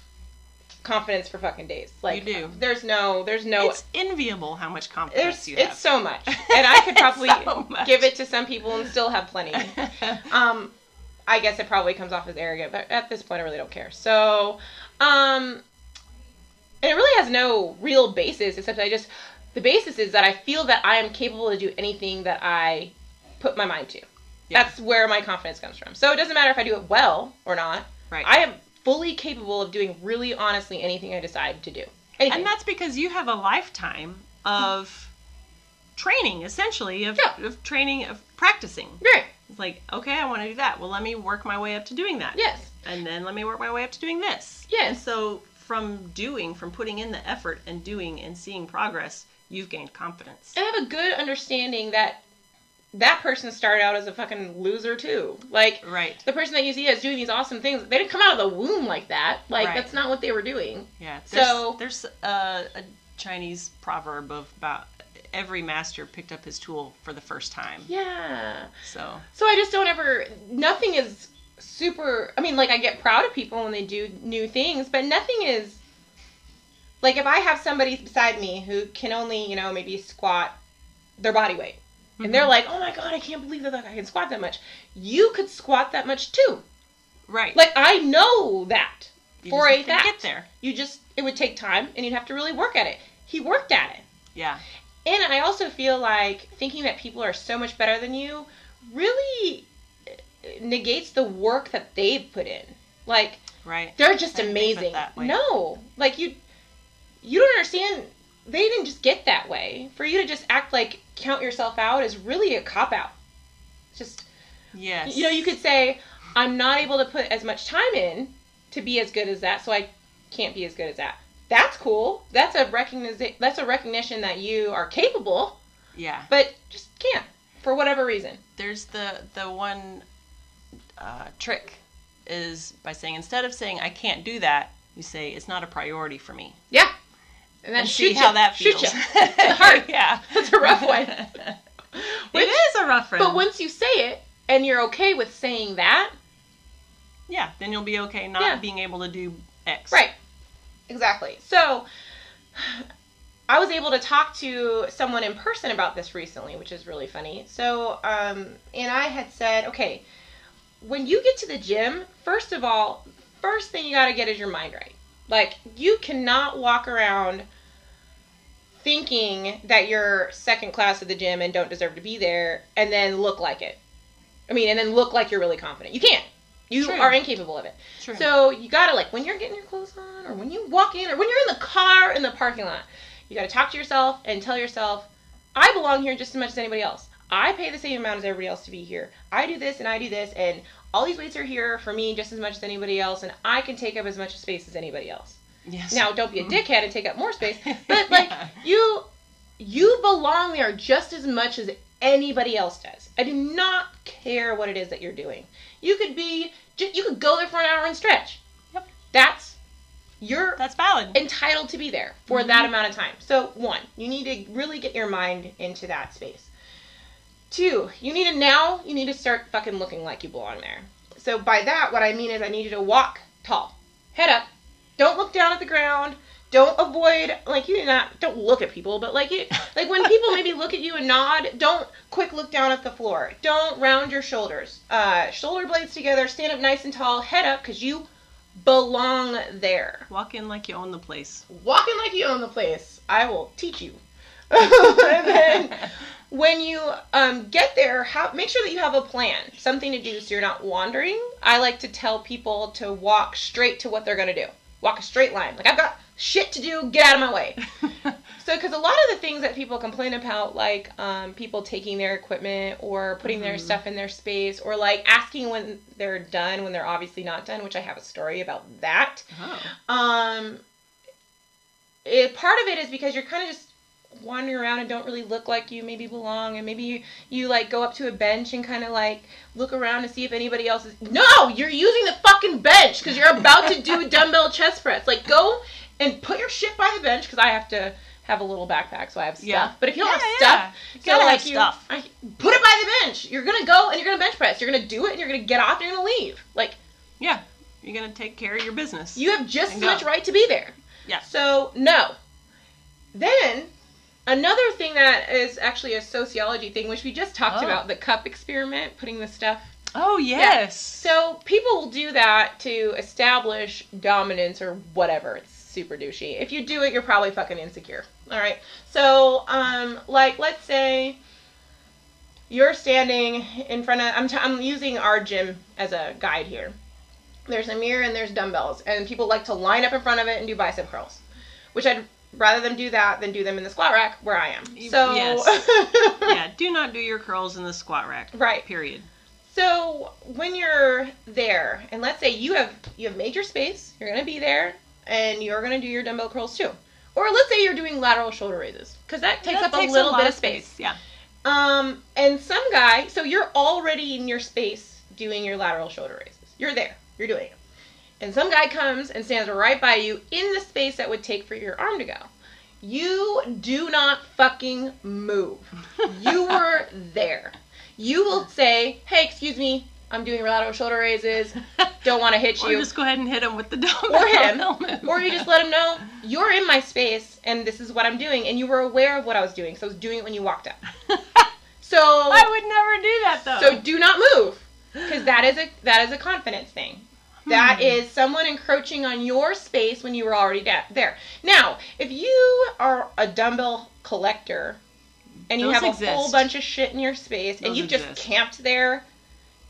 [SPEAKER 1] confidence for fucking days. Like
[SPEAKER 2] do.
[SPEAKER 1] There's no. There's no.
[SPEAKER 2] It's enviable how much confidence
[SPEAKER 1] there's,
[SPEAKER 2] you have.
[SPEAKER 1] it's so much, and I could
[SPEAKER 2] [laughs] It's
[SPEAKER 1] probably
[SPEAKER 2] so much.
[SPEAKER 1] give it to some people and still have plenty. [laughs] Um, I guess it probably comes off as arrogant, but at this point, I really don't care. So, um, and it really has no real basis except I just the basis is that I feel that I am capable to do anything that I put my mind to.
[SPEAKER 2] Yeah.
[SPEAKER 1] That's where my confidence comes from. So it doesn't matter if I do it well or not.
[SPEAKER 2] [laughs] right.
[SPEAKER 1] I am fully capable of doing really honestly anything I decide to do. Anything.
[SPEAKER 2] and that's because you have a lifetime of training, essentially, of,
[SPEAKER 1] Yeah.
[SPEAKER 2] of training, of practicing.
[SPEAKER 1] right.
[SPEAKER 2] It's like, okay, I want to do that. Well, let me work my way up to doing that.
[SPEAKER 1] Yes.
[SPEAKER 2] And then let me work my way up to doing this.
[SPEAKER 1] Yes.
[SPEAKER 2] And so from doing, from putting in the effort and doing and seeing progress, you've gained confidence.
[SPEAKER 1] and have a good understanding that that person started out as a fucking loser too. Like
[SPEAKER 2] Right.
[SPEAKER 1] the person that you see as doing these awesome things, they didn't come out of the womb like that. Like
[SPEAKER 2] Right.
[SPEAKER 1] that's not what they were doing.
[SPEAKER 2] Yeah. There's,
[SPEAKER 1] So-
[SPEAKER 2] there's a, a Chinese proverb of about every master picked up his tool for the first time.
[SPEAKER 1] Yeah.
[SPEAKER 2] So
[SPEAKER 1] So I just don't ever. Nothing is super. I mean, like I get proud of people when they do new things, but nothing is. Like if I have somebody beside me who can only, you know, maybe squat their body weight, and they're like, "Oh my god, I can't believe that like, I can squat that much." You could squat that much too.
[SPEAKER 2] Mm-hmm. right.
[SPEAKER 1] Like I know that
[SPEAKER 2] You
[SPEAKER 1] for
[SPEAKER 2] just
[SPEAKER 1] a
[SPEAKER 2] have
[SPEAKER 1] fact.
[SPEAKER 2] to get there.
[SPEAKER 1] You just it would take time, and you'd have to really work at it. He worked at it.
[SPEAKER 2] Yeah.
[SPEAKER 1] And I also feel like thinking that people are so much better than you really uh, negates the work that they've put in. Like
[SPEAKER 2] Right.
[SPEAKER 1] they're just
[SPEAKER 2] I didn't think of it
[SPEAKER 1] amazing.
[SPEAKER 2] that way.
[SPEAKER 1] No, like you, you don't understand. They didn't just get that way. For you to just act like count yourself out is really a cop out. It's Just
[SPEAKER 2] Yes.
[SPEAKER 1] you know, you could say, I'm not able to put as much time in to be as good as that, so I can't be as good as that. That's cool. That's a recognition. That's a recognition that you are capable,
[SPEAKER 2] yeah.
[SPEAKER 1] but just can't for whatever reason.
[SPEAKER 2] There's the the one uh, trick is by saying instead of saying I can't do that, you say it's not a priority for me.
[SPEAKER 1] Yeah, and then
[SPEAKER 2] and
[SPEAKER 1] shoot
[SPEAKER 2] see how
[SPEAKER 1] ya.
[SPEAKER 2] that
[SPEAKER 1] Shoot
[SPEAKER 2] feels.
[SPEAKER 1] ya. [laughs] hard.
[SPEAKER 2] [laughs] yeah.
[SPEAKER 1] That's a rough one.
[SPEAKER 2] [laughs] it
[SPEAKER 1] Which-
[SPEAKER 2] is a rough one.
[SPEAKER 1] But once you say it and you're okay with saying that,
[SPEAKER 2] yeah, then you'll be okay not
[SPEAKER 1] Yeah.
[SPEAKER 2] being able to do X.
[SPEAKER 1] Right. Exactly. So [sighs] I was able to talk to someone in person about this recently, which is really funny. So, um, and I had said, okay, when you get to the gym, first of all, first thing you got to get is your mind right. Like, you cannot walk around thinking that you're second class at the gym and don't deserve to be there and then look like it. I mean, and then look like you're really confident. You can't. You
[SPEAKER 2] True.
[SPEAKER 1] are incapable of it.
[SPEAKER 2] True.
[SPEAKER 1] So you gotta like when you're getting your clothes on, or when you walk in, or when you're in the car in the parking lot, you gotta talk to yourself and tell yourself, I belong here just as much as anybody else. I pay the same amount as everybody else to be here. I do this and I do this, and all these weights are here for me just as much as anybody else, and I can take up as much space as anybody else.
[SPEAKER 2] yes.
[SPEAKER 1] Now, don't be a
[SPEAKER 2] Mhm.
[SPEAKER 1] dickhead and take up more
[SPEAKER 2] [laughs]
[SPEAKER 1] space, but like
[SPEAKER 2] Yeah.
[SPEAKER 1] you, you belong there just as much as anybody else does. I do not care what it is that you're doing. You could be, ju- you could go there for an hour and stretch.
[SPEAKER 2] Yep.
[SPEAKER 1] That's you're
[SPEAKER 2] that's valid.
[SPEAKER 1] entitled to be there for that amount of time. So one, you need to really get your mind into that space. Two, you need to now you need to start fucking looking like you belong there. So by that, what I mean is I need you to walk tall, head up, don't look down at the ground. Don't avoid like you do not don't look at people, but like you like when people maybe look at you and nod, don't quick look down at the floor. Don't round your shoulders. Uh, shoulder blades together, stand up nice and tall, head up because you belong there
[SPEAKER 2] Walk in like you own
[SPEAKER 1] [laughs]
[SPEAKER 2] the place. [laughs]
[SPEAKER 1] walking like you own the place. I will teach you. [laughs] and then when you um, get there, have, make sure that you have a plan, something to do, so you're not wandering. I like to tell people to walk straight to what they're gonna do. Walk a straight line. Like I've got shit to do. Get out of my way.
[SPEAKER 2] Oh.
[SPEAKER 1] So, because a lot of the things that people complain about, like um, people taking their equipment or putting their stuff in their space, or like asking when they're done when they're obviously not done, which I have a story about that.
[SPEAKER 2] oh.
[SPEAKER 1] Um, it, part of it is because you're kind of just wandering around and don't really look like you maybe belong, and maybe you, you like go up to a bench and kind of like look around to see if anybody else is. No, you're using the fucking bench because you're about to
[SPEAKER 2] [laughs]
[SPEAKER 1] do dumbbell chest press. Like, go and put your shit by the bench because I have to have a little backpack, so I have stuff.
[SPEAKER 2] Yeah.
[SPEAKER 1] But if you don't
[SPEAKER 2] Yeah,
[SPEAKER 1] have
[SPEAKER 2] yeah.
[SPEAKER 1] stuff,
[SPEAKER 2] You
[SPEAKER 1] so
[SPEAKER 2] gotta
[SPEAKER 1] like
[SPEAKER 2] have
[SPEAKER 1] you,
[SPEAKER 2] stuff.
[SPEAKER 1] I, put it by the bench. You're gonna go and you're gonna bench press. You're gonna do it and you're gonna get off and you're gonna leave. Like,
[SPEAKER 2] Yeah. You're gonna take care of your business.
[SPEAKER 1] you have just as
[SPEAKER 2] And go.
[SPEAKER 1] much right to be there.
[SPEAKER 2] yeah.
[SPEAKER 1] So, no. Then, another thing that is actually a sociology thing, which we just talked
[SPEAKER 2] Oh.
[SPEAKER 1] about the cup experiment, putting the stuff.
[SPEAKER 2] Oh yes.
[SPEAKER 1] So, [laughs] people will do that to establish dominance or whatever. It's super douchey. If you do it, you're probably fucking insecure. All right. So, um, like, let's say you're standing in front of, I'm, t- I'm using our gym as a guide here. There's a mirror and there's dumbbells, and people like to line up in front of it and do bicep curls which I'd rather them do that than do them in the squat rack where I am.
[SPEAKER 2] You-
[SPEAKER 1] So,
[SPEAKER 2] yeah. Do not do your curls in the squat rack.
[SPEAKER 1] [laughs] Right.
[SPEAKER 2] Period.
[SPEAKER 1] so when you're there, and let's say you have you have made your space, you're gonna be there, and you're gonna do your dumbbell curls too. Or let's say you're doing lateral shoulder raises because that takes
[SPEAKER 2] That
[SPEAKER 1] up
[SPEAKER 2] takes
[SPEAKER 1] a little
[SPEAKER 2] lot
[SPEAKER 1] bit of space.
[SPEAKER 2] Yeah.
[SPEAKER 1] Um, and some guy, so you're already in your space doing your lateral shoulder raises. You're there. You're doing it. And some guy comes and stands right by you in the space that would take for your arm to go. You do not fucking move. [laughs] You
[SPEAKER 2] [laughs]
[SPEAKER 1] were there. You will say, "Hey, excuse me, I'm doing lateral shoulder raises. Don't want to hit
[SPEAKER 2] Or
[SPEAKER 1] you."
[SPEAKER 2] just go ahead and hit him with the dumbbell
[SPEAKER 1] or him,
[SPEAKER 2] helmet.
[SPEAKER 1] or you
[SPEAKER 2] [laughs]
[SPEAKER 1] just let him know you're in my space and this is what I'm doing, and you were aware of what I was doing, so I was doing it when you walked up. So
[SPEAKER 2] I would never do that
[SPEAKER 1] so
[SPEAKER 2] though.
[SPEAKER 1] do not move, because that is a that is a confidence thing. That
[SPEAKER 2] Hmm.
[SPEAKER 1] is someone encroaching on your space when you were already da- there. Now, if you are a dumbbell collector and you
[SPEAKER 2] Those
[SPEAKER 1] have a
[SPEAKER 2] exist.
[SPEAKER 1] whole bunch of shit in your space and
[SPEAKER 2] Those
[SPEAKER 1] you've just
[SPEAKER 2] exist.
[SPEAKER 1] camped there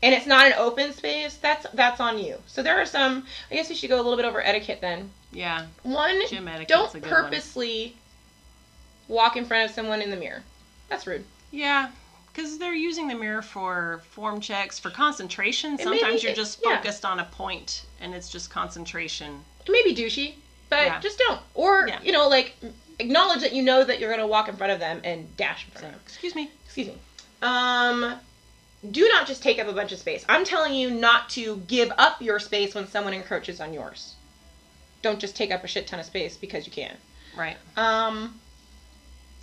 [SPEAKER 1] and it's not an open space, that's that's on you. So there are some I guess we should go a little bit over etiquette then.
[SPEAKER 2] Yeah,
[SPEAKER 1] One
[SPEAKER 2] gym etiquette's a
[SPEAKER 1] don't
[SPEAKER 2] good
[SPEAKER 1] purposely walk in front of someone in the mirror. That's rude.
[SPEAKER 2] One. Yeah, because they're using the mirror for form checks, for concentration.
[SPEAKER 1] may
[SPEAKER 2] Sometimes
[SPEAKER 1] be-
[SPEAKER 2] you're just
[SPEAKER 1] yeah.
[SPEAKER 2] focused on a point, and it's just concentration.
[SPEAKER 1] It may be douchey, but
[SPEAKER 2] Yeah.
[SPEAKER 1] just don't. Or
[SPEAKER 2] Yeah.
[SPEAKER 1] you know, like acknowledge that you know that you're gonna walk in front of them and dash in front
[SPEAKER 2] So,
[SPEAKER 1] of them.
[SPEAKER 2] excuse me.
[SPEAKER 1] Excuse me. Um, do not just take up a bunch of space. I'm telling you not to give up your space when someone encroaches on yours. Don't just take up a shit ton of space because you can.
[SPEAKER 2] Right.
[SPEAKER 1] Um,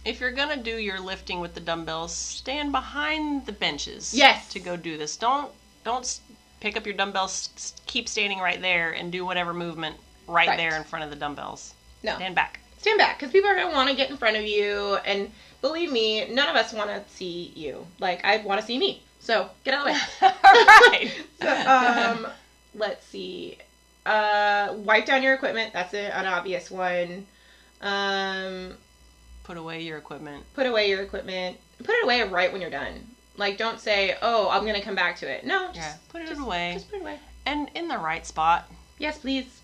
[SPEAKER 2] If you're gonna do your lifting with the dumbbells, stand behind the benches.
[SPEAKER 1] Yes.
[SPEAKER 2] To go do this, don't don't s- pick up your dumbbells. s- Keep standing right there and do whatever movement right,
[SPEAKER 1] Right.
[SPEAKER 2] there in front of the dumbbells.
[SPEAKER 1] no.
[SPEAKER 2] Stand
[SPEAKER 1] [laughs]
[SPEAKER 2] back.
[SPEAKER 1] Stand back because people are going to want to get in front of you. And believe me, none of us want to see you. Like, I want to see me. So get out of the
[SPEAKER 2] [laughs]
[SPEAKER 1] way.
[SPEAKER 2] right.
[SPEAKER 1] [laughs] So, um, let's see. Uh, wipe down your equipment. That's a, an obvious one. Um,
[SPEAKER 2] Put away your equipment.
[SPEAKER 1] put away your equipment. Put it away right when you're done. Like, don't say, "Oh, I'm gonna come back to it." No, just
[SPEAKER 2] Yeah. Put it
[SPEAKER 1] just-
[SPEAKER 2] away.
[SPEAKER 1] Just put it away.
[SPEAKER 2] and in the right spot.
[SPEAKER 1] Yes, please.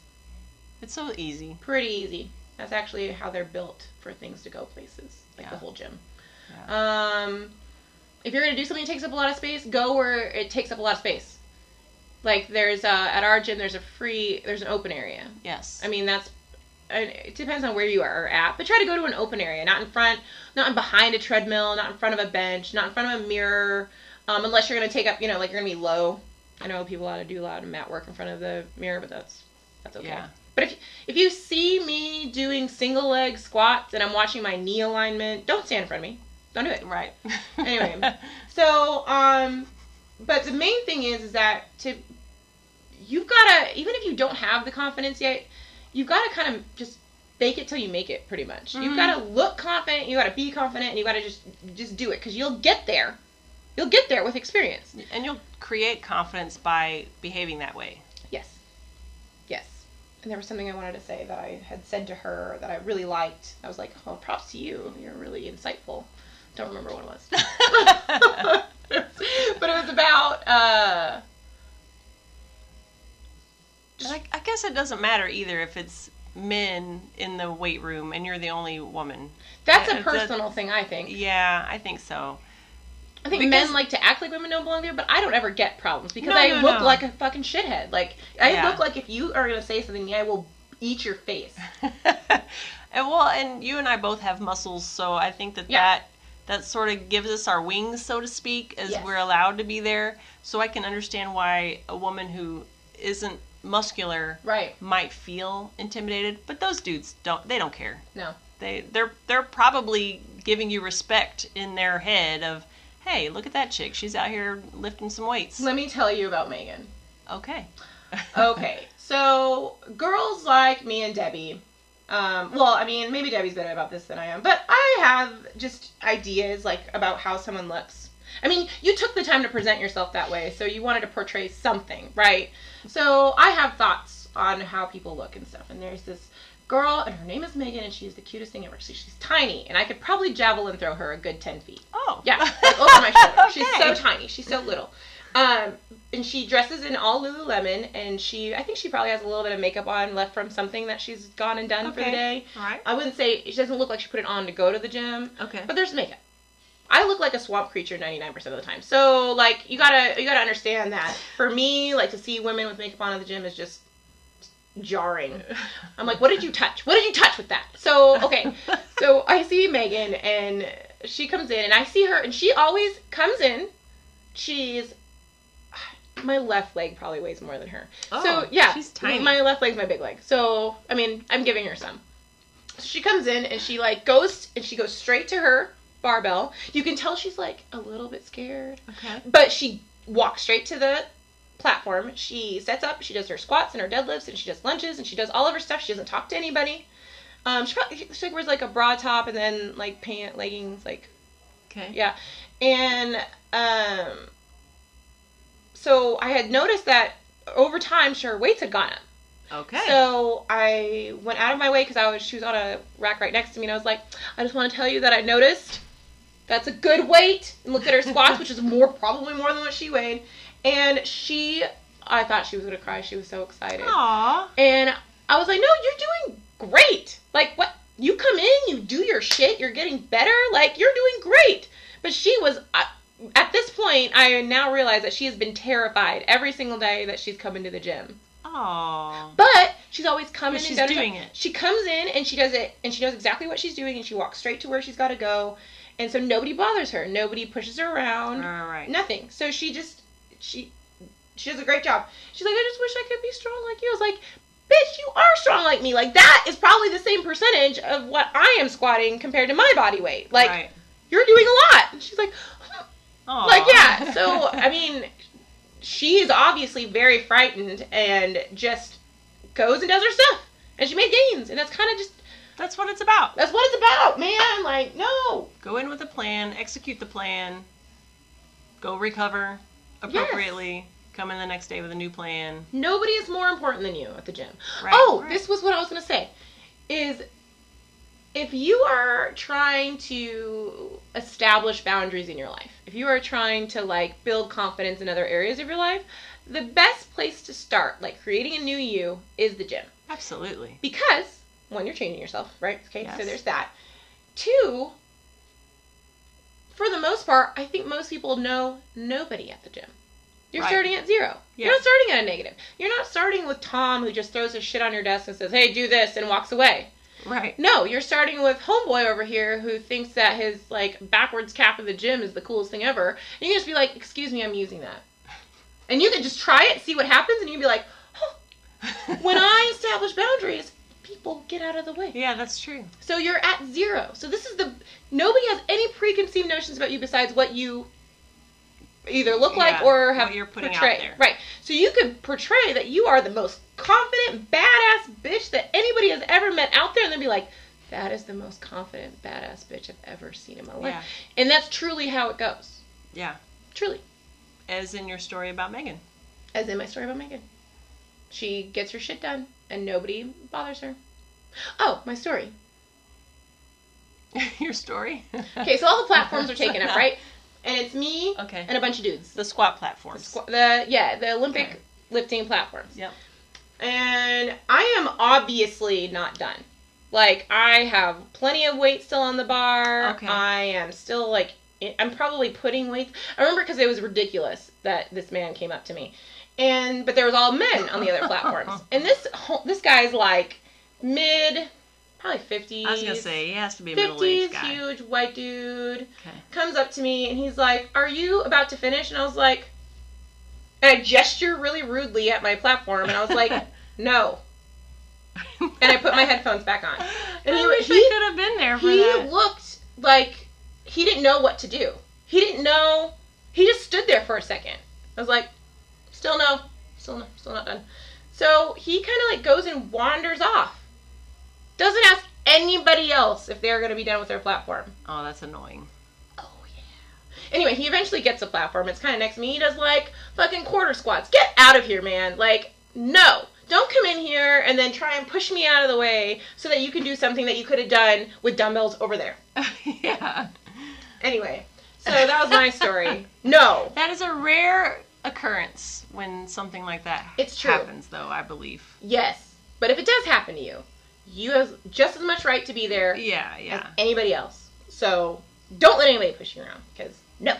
[SPEAKER 2] It's so easy.
[SPEAKER 1] Pretty easy. That's actually how they're built for things to go places, like the
[SPEAKER 2] Yeah.
[SPEAKER 1] whole gym. Um, if you're gonna do something that takes up a lot of space, go where it takes up a lot of space. Like there's uh, at our gym, there's a free, there's an open area.
[SPEAKER 2] Yes.
[SPEAKER 1] I mean, that's and it depends on where you are at, but try to go to an open area, not in front, not behind a treadmill, not in front of a bench, not in front of a mirror, um, unless you're gonna take up, you know, like you're gonna be low. I know people ought to do a lot of mat work in front of the mirror, but that's that's okay.
[SPEAKER 2] Yeah.
[SPEAKER 1] But if if you see me doing single leg squats and I'm watching my knee alignment, don't stand in front of me. Don't do it.
[SPEAKER 2] right.
[SPEAKER 1] Anyway. So, um, but the main thing is, is that to you've gotta even if you don't have the confidence yet, you've gotta kind of just fake it till you make it. Pretty much, you've
[SPEAKER 2] Mhm.
[SPEAKER 1] gotta look confident, you gotta be confident, and you gotta just just do it because you'll get there. You'll get there with experience.
[SPEAKER 2] [laughs] and you'll create confidence by behaving
[SPEAKER 1] [laughs]
[SPEAKER 2] that way.
[SPEAKER 1] Yes, yes. And there was something I wanted to say that I had said to her that I really liked. I was like, "Oh, props to you. You're really insightful." Don't remember what it was. [laughs] but it was about uh
[SPEAKER 2] And I, I guess it doesn't matter either if it's men in the weight room and you're the only woman.
[SPEAKER 1] that's
[SPEAKER 2] Uh,
[SPEAKER 1] a
[SPEAKER 2] that-
[SPEAKER 1] personal thing i think
[SPEAKER 2] Yeah, I think
[SPEAKER 1] [laughs]
[SPEAKER 2] so.
[SPEAKER 1] i think
[SPEAKER 2] because-
[SPEAKER 1] men like to act like women don't belong there but i don't ever get problems because
[SPEAKER 2] No,
[SPEAKER 1] i
[SPEAKER 2] no,
[SPEAKER 1] look
[SPEAKER 2] no.
[SPEAKER 1] like a fucking shithead like i
[SPEAKER 2] Yeah.
[SPEAKER 1] look like if you are gonna say something to me i will eat your
[SPEAKER 2] [laughs]
[SPEAKER 1] face
[SPEAKER 2] and well, and you and I both have muscles, so I think that
[SPEAKER 1] Yeah.
[SPEAKER 2] that that sort of gives us our wings, so to speak, as
[SPEAKER 1] Yes.
[SPEAKER 2] we're allowed to be there. So I can understand why a woman who isn't muscular
[SPEAKER 1] right
[SPEAKER 2] might feel intimidated, but those dudes don't. They don't care.
[SPEAKER 1] no
[SPEAKER 2] They they're they're probably giving you respect in their head of, hey, look at that chick. She's out here lifting some weights.
[SPEAKER 1] let me tell you about megan
[SPEAKER 2] Okay.
[SPEAKER 1] okay so girls like me and debbie um, well i mean maybe debbie's better about this than i am but i have just ideas like about how someone looks i mean you took the time to present yourself that way so you wanted to portray something right so i have thoughts on how people look and stuff and there's this girl and her name is megan and she's the cutest thing ever so she's tiny and i could probably javelin throw her a good 10 feet
[SPEAKER 2] Oh. [laughs]
[SPEAKER 1] yeah, like over my shoulder. She's
[SPEAKER 2] Okay.
[SPEAKER 1] so tiny. She's so little. Um, and she dresses in all Lululemon, and she I think she probably has a little bit of makeup on left from something that she's gone and done for the
[SPEAKER 2] Okay.
[SPEAKER 1] day.
[SPEAKER 2] All right.
[SPEAKER 1] I wouldn't say she doesn't look like she put it on to go to the gym,
[SPEAKER 2] Okay.
[SPEAKER 1] but there's makeup. I look like a swamp creature 99% of the time. So like you gotta you gotta understand that. For me, like to see women with makeup on at the gym is just jarring. I'm like, what did you touch? What did you touch with that? So okay, so I see Megan and she comes in and I see her and she always comes in. She's my left leg probably weighs more than her. so
[SPEAKER 2] Oh,
[SPEAKER 1] yeah,
[SPEAKER 2] she's tiny.
[SPEAKER 1] My left leg's my big leg. So I mean, I'm giving her some. So she comes in and she like goes and she goes straight to her barbell. You can tell she's like a little bit scared.
[SPEAKER 2] okay.
[SPEAKER 1] But she walks straight to the platform. She sets up. She does her squats and her deadlifts, and she does lunges, and she does all of her stuff. She doesn't talk to anybody. Um, she probably she like, wears like a bra top and then like pant leggings, like
[SPEAKER 2] Okay.
[SPEAKER 1] yeah. And um, so I had noticed that over time, her weights had gone up.
[SPEAKER 2] Okay.
[SPEAKER 1] So I went out of my way because I was she was on a rack right next to me, and I was like, I just want to tell you that I noticed That's a good weight. And looked at her squats, which is more probably more than what she weighed. And she, I thought she was gonna cry. She was so excited.
[SPEAKER 2] Aw.
[SPEAKER 1] And I was like, no, you're doing great. Like, what? You come in, you do your shit, you're getting better. Like, you're doing great. But she was, I at this point, I now realize that she has been terrified every single day that she's come into the gym.
[SPEAKER 2] Aw.
[SPEAKER 1] But she's always coming
[SPEAKER 2] But
[SPEAKER 1] in
[SPEAKER 2] she's
[SPEAKER 1] and done her-
[SPEAKER 2] doing it.
[SPEAKER 1] She comes in and she does it, and she knows exactly what she's doing, and she walks straight to where she's got to go. And so nobody bothers her, nobody pushes her around,
[SPEAKER 2] All right.
[SPEAKER 1] nothing. So she just, she, she does a great job. She's like, I just wish I could be strong like you. I was like, bitch, you are strong like me. Like that is probably the same percentage of what I am squatting compared to my body weight. Like
[SPEAKER 2] right.
[SPEAKER 1] you're doing a lot. And she's like,
[SPEAKER 2] Aw.
[SPEAKER 1] like yeah so
[SPEAKER 2] [laughs]
[SPEAKER 1] i mean she is obviously very frightened and just goes and does her stuff and she made gains and that's kind of just
[SPEAKER 2] that's what it's about.
[SPEAKER 1] that's what it's about man like no
[SPEAKER 2] Go in with a plan, execute the plan, go recover appropriately, come in the next day with a new plan.
[SPEAKER 1] nobody is more important than you at the gym
[SPEAKER 2] Right.
[SPEAKER 1] oh
[SPEAKER 2] Right.
[SPEAKER 1] this was what i was going to say is if you are trying to establish boundaries in your life if you are trying to like build confidence in other areas of your life the best place to start like creating a new you is the gym
[SPEAKER 2] Absolutely.
[SPEAKER 1] Because one, you're changing yourself, right? Okay, so
[SPEAKER 2] Yes.
[SPEAKER 1] there's that. Two, for the most part, I think most people know nobody at the gym. You're
[SPEAKER 2] Right.
[SPEAKER 1] starting at zero. You're
[SPEAKER 2] Yeah.
[SPEAKER 1] not starting at a negative. You're not starting with Tom who just throws his shit on your desk and says, "Hey, do this," and walks away.
[SPEAKER 2] Right.
[SPEAKER 1] No, you're starting with homeboy over here who thinks that his like backwards cap in the gym is the coolest thing ever. And you can just be like, "Excuse me, I'm using that," and you can just try it, see what happens, and you can be like, "Huh, when I establish boundaries, people get out of the way.
[SPEAKER 2] Yeah, that's true.
[SPEAKER 1] So you're at zero. So this is the nobody has any preconceived notions about you besides what you either look like
[SPEAKER 2] Yeah,
[SPEAKER 1] or have
[SPEAKER 2] what you're putting out
[SPEAKER 1] portrayed.
[SPEAKER 2] there.
[SPEAKER 1] Right. So you could portray that you are the most confident badass bitch that anybody has ever met out there, and then be like. That is the most confident badass bitch I've ever seen in my life.
[SPEAKER 2] Yeah.
[SPEAKER 1] And that's truly how it goes.
[SPEAKER 2] Yeah.
[SPEAKER 1] Truly.
[SPEAKER 2] As in your story about Megan. [laughs]
[SPEAKER 1] As in my story about Megan. She gets her shit done and nobody bothers her. Oh, my story.
[SPEAKER 2] your story?
[SPEAKER 1] Okay, so all the platforms are taken
[SPEAKER 2] [laughs]
[SPEAKER 1] up, right? And it's me
[SPEAKER 2] Okay.
[SPEAKER 1] and a bunch of dudes.
[SPEAKER 2] the squat platforms.
[SPEAKER 1] Squ- The yeah, the Olympic
[SPEAKER 2] Okay.
[SPEAKER 1] lifting platforms.
[SPEAKER 2] Yep.
[SPEAKER 1] And I am obviously not done. Like I have plenty of weight still on the bar.
[SPEAKER 2] Okay.
[SPEAKER 1] I am still like I- I'm probably putting weight. I remember because it was ridiculous that this man came up to me, and but there was all men on the other
[SPEAKER 2] [laughs]
[SPEAKER 1] platforms, and this ho- this guy's like mid, probably fifties.
[SPEAKER 2] I was gonna say he has to be a middle
[SPEAKER 1] Fifties,
[SPEAKER 2] aged guy.
[SPEAKER 1] huge white dude
[SPEAKER 2] Okay.
[SPEAKER 1] comes up to me and he's like, "Are you about to finish?" And I was like, and I gesture really rudely at my platform, and I was like, "No." [laughs] And I put
[SPEAKER 2] [laughs]
[SPEAKER 1] my headphones back on. And
[SPEAKER 2] I
[SPEAKER 1] he,
[SPEAKER 2] wish
[SPEAKER 1] he,
[SPEAKER 2] I could have been there for
[SPEAKER 1] he
[SPEAKER 2] that.
[SPEAKER 1] looked like he didn't know what to do. He didn't know. He just stood there for a second. I was like, "Still no, still no, still not done." So he kind of like goes and wanders off. Doesn't ask anybody else if they're going to be done with their platform.
[SPEAKER 2] Oh, that's annoying. [laughs]
[SPEAKER 1] Oh yeah. Anyway, he eventually gets a platform. It's kind of next to me. He does like fucking quarter squats. Get out of here, man. Like no. Don't come in here and then try and push me out of the way so that you can do something that you could have done with dumbbells over there.
[SPEAKER 2] yeah.
[SPEAKER 1] Anyway, so that was my story. No.
[SPEAKER 2] That is a rare occurrence when something like that
[SPEAKER 1] It's true.
[SPEAKER 2] happens, though, I believe.
[SPEAKER 1] Yes. But if it does happen to you, you have just as much right to be there
[SPEAKER 2] Yeah,
[SPEAKER 1] as
[SPEAKER 2] yeah.
[SPEAKER 1] anybody else. So don't let anybody push you around because no.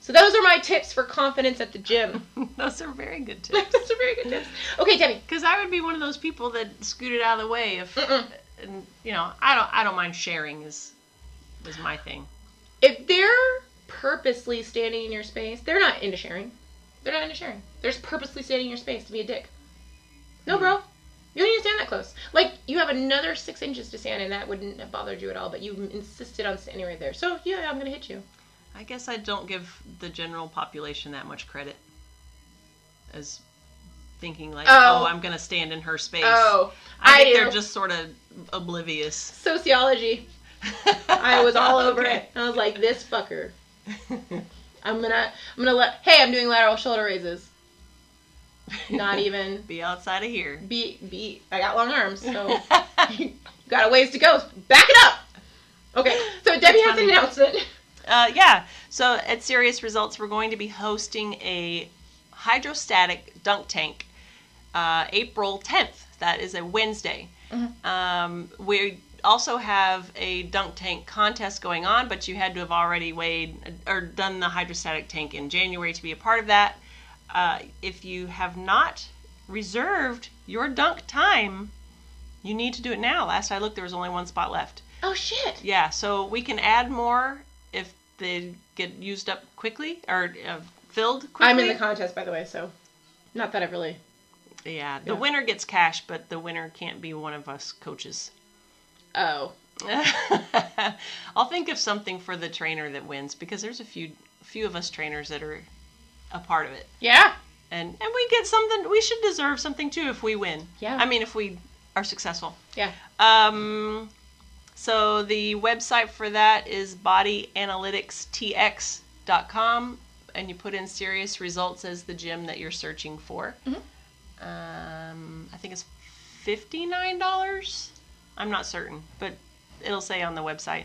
[SPEAKER 1] So those are my tips for confidence at the gym. [laughs]
[SPEAKER 2] [laughs] Those are very good tips.
[SPEAKER 1] Those are very good tips. Okay, Debbie.
[SPEAKER 2] Because I would be one of those people that scooted out of the way if,
[SPEAKER 1] Mm-mm.
[SPEAKER 2] and, you know, I don't, I don't mind sharing is, is my thing.
[SPEAKER 1] if they're purposely standing in your space, they're not into sharing. They're not into sharing. They're just purposely standing in your space to be a dick. No, bro. You don't even stand that close. Like, you have another six inches to stand, and that wouldn't have bothered you at all, but you insisted on standing right there. So, yeah, I'm going to hit you.
[SPEAKER 2] I guess I don't give the general population that much credit as thinking like,
[SPEAKER 1] Oh.
[SPEAKER 2] oh, I'm gonna stand in her space.
[SPEAKER 1] I
[SPEAKER 2] I, think
[SPEAKER 1] do.
[SPEAKER 2] they're just sort of oblivious.
[SPEAKER 1] sociology. I was
[SPEAKER 2] [laughs]
[SPEAKER 1] all over it. I was like, this fucker.
[SPEAKER 2] it.
[SPEAKER 1] I'm going to, I'm going to let, hey, I'm doing lateral shoulder raises.
[SPEAKER 2] [laughs]
[SPEAKER 1] Not e- even.
[SPEAKER 2] be outside of here.
[SPEAKER 1] Be, be, I got long arms,
[SPEAKER 2] [laughs]
[SPEAKER 1] so. [laughs] you got a ways to go. Back it up. Okay, so Debbie has an
[SPEAKER 2] funny.
[SPEAKER 1] announcement.
[SPEAKER 2] Uh, yeah. So at Serious Results, we're going to be hosting a hydrostatic dunk tank uh, April 10th. That is a Wednesday. Um, we also have a dunk tank contest going on, but you had to have already weighed or done the hydrostatic tank in January to be a part of that. Uh, if you have not reserved your dunk time, you need to do it now. Last I looked, there was only one spot left.
[SPEAKER 1] Oh shit!
[SPEAKER 2] Yeah, so we can add more if they get used up quickly or uh, filled quickly.
[SPEAKER 1] I'm in the contest, by the way, so not that I really.
[SPEAKER 2] yeah, the
[SPEAKER 1] Yeah.
[SPEAKER 2] winner gets cash, but the winner can't be one of us coaches. [laughs]
[SPEAKER 1] Oh,
[SPEAKER 2] I'll think of something for the trainer that wins because there's a few few of us trainers that are a part of it.
[SPEAKER 1] yeah.
[SPEAKER 2] And and we get something we should deserve something too if we win.
[SPEAKER 1] Yeah.
[SPEAKER 2] I mean if we are successful.
[SPEAKER 1] Yeah.
[SPEAKER 2] Um, so the website for that is bodyanalyticstx.com, and you put in serious results as the gym that you're searching for. Um, I think it's fifty-nine dollars. I'm not certain, but it'll say on the website.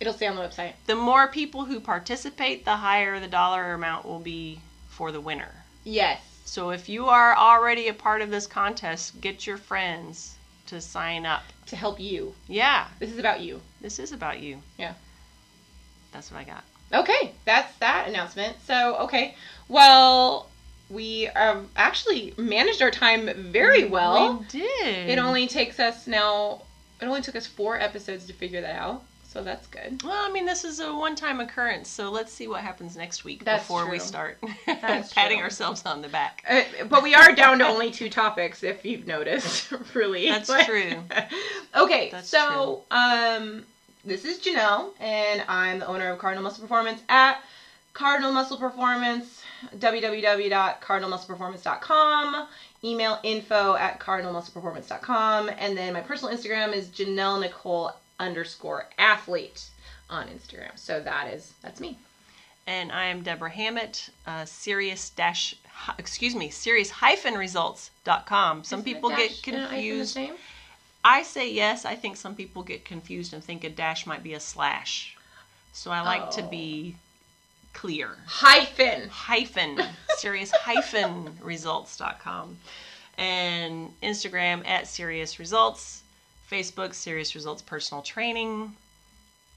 [SPEAKER 1] It'll stay on the website.
[SPEAKER 2] The more people who participate, the higher the dollar amount will be for the winner.
[SPEAKER 1] Yes.
[SPEAKER 2] So if you are already a part of this contest, get your friends to sign up.
[SPEAKER 1] To help you.
[SPEAKER 2] Yeah,
[SPEAKER 1] This is about you.
[SPEAKER 2] this is about you.
[SPEAKER 1] Yeah.
[SPEAKER 2] That's what I got.
[SPEAKER 1] Okay, that's that announcement. So, okay. Well, we um, actually managed our time very well.
[SPEAKER 2] we did.
[SPEAKER 1] It only takes us now, it only took us four episodes to figure that out. So that's good.
[SPEAKER 2] Well, I mean, this is a one-time occurrence, so let's see what happens next week
[SPEAKER 1] That's
[SPEAKER 2] before we
[SPEAKER 1] true.
[SPEAKER 2] start [laughs]
[SPEAKER 1] That's
[SPEAKER 2] patting
[SPEAKER 1] true.
[SPEAKER 2] ourselves on the back.
[SPEAKER 1] Uh, but we are down to only two topics, if you've noticed, [laughs] really.
[SPEAKER 2] That's
[SPEAKER 1] Like-
[SPEAKER 2] true.
[SPEAKER 1] [laughs] okay,
[SPEAKER 2] That's
[SPEAKER 1] so um, this is Janelle, and I'm the owner of Cardinal Muscle Performance at Cardinal Muscle Performance, www.cardinalmuscleperformance.com, email info at cardinalmuscleperformance.com, and then my personal Instagram is Janelle Nicole underscore athlete on Instagram. So that is, that's me.
[SPEAKER 2] And I am Deborah Hammett, uh, serious dash, hi- excuse me, serious hyphen results dot com. Some people get confused. I say yes. I think some people get confused and think a dash might be a slash. So I like to
[SPEAKER 1] Oh.
[SPEAKER 2] be clear.
[SPEAKER 1] Hyphen.
[SPEAKER 2] hyphen serious hyphen results.com and instagram at serious results facebook serious results personal training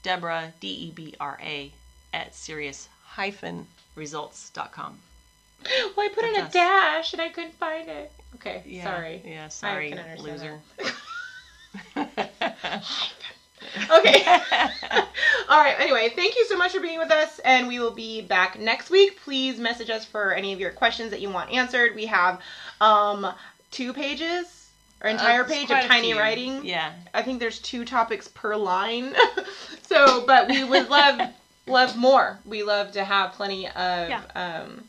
[SPEAKER 2] deborah E d-e-b-r-a at serious hyphen results.com
[SPEAKER 1] [laughs] Well, I put in a
[SPEAKER 2] That's us.
[SPEAKER 1] dash and I couldn't find it. Okay,
[SPEAKER 2] yeah,
[SPEAKER 1] sorry.
[SPEAKER 2] yeah sorry
[SPEAKER 1] can understand
[SPEAKER 2] loser
[SPEAKER 1] [laughs]
[SPEAKER 2] [laughs]
[SPEAKER 1] Okay. All right. Anyway, thank you so much for being with us, and we will be back next week. Please message us for any of your questions that you want answered. We have um, two pages or entire
[SPEAKER 2] Uh,
[SPEAKER 1] page of
[SPEAKER 2] quite a
[SPEAKER 1] tiny
[SPEAKER 2] few.
[SPEAKER 1] writing.
[SPEAKER 2] yeah
[SPEAKER 1] I think there's two topics per line. [laughs] so, but we would love love more. We love to have plenty of.
[SPEAKER 2] Yeah.
[SPEAKER 1] Um,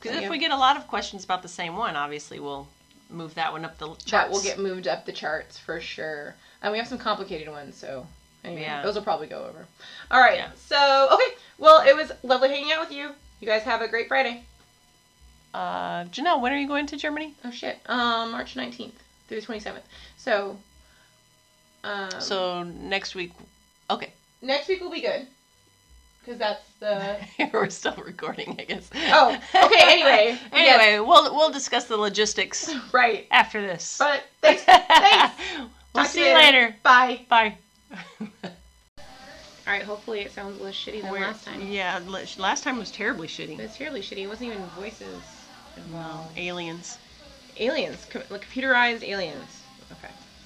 [SPEAKER 2] because
[SPEAKER 1] Yeah.
[SPEAKER 2] if we get a lot of questions about the same one obviously we'll move that one up the charts.
[SPEAKER 1] that will get moved up the charts for sure. And we have some complicated ones, so anyway,
[SPEAKER 2] Yeah.
[SPEAKER 1] those will probably go over. All right.
[SPEAKER 2] Yeah.
[SPEAKER 1] So okay. Well, it was lovely hanging out with you. You guys have a great Friday.
[SPEAKER 2] uh janelle when are you going to germany
[SPEAKER 1] Oh shit. Um, March nineteenth through the twenty seventh. So. Um,
[SPEAKER 2] so next week okay
[SPEAKER 1] next week will be good. Cause that's the [laughs]
[SPEAKER 2] [laughs] We're still recording, I guess.
[SPEAKER 1] Oh, okay,
[SPEAKER 2] [laughs]
[SPEAKER 1] anyway.
[SPEAKER 2] anyway,
[SPEAKER 1] Yes.
[SPEAKER 2] we'll we'll discuss the logistics
[SPEAKER 1] right.
[SPEAKER 2] after this. [laughs]
[SPEAKER 1] But [laughs] thanks. thanks.
[SPEAKER 2] we'll
[SPEAKER 1] Talk to
[SPEAKER 2] see you later.
[SPEAKER 1] Bye.
[SPEAKER 2] Bye.
[SPEAKER 1] All right. Hopefully, it sounds less shitty than last time.
[SPEAKER 2] Yeah, li- last time was terribly
[SPEAKER 1] It
[SPEAKER 2] shitty.
[SPEAKER 1] was fairly shitty. It wasn't even voices.
[SPEAKER 2] Aliens.
[SPEAKER 1] Aliens, com- like computerized aliens. Okay.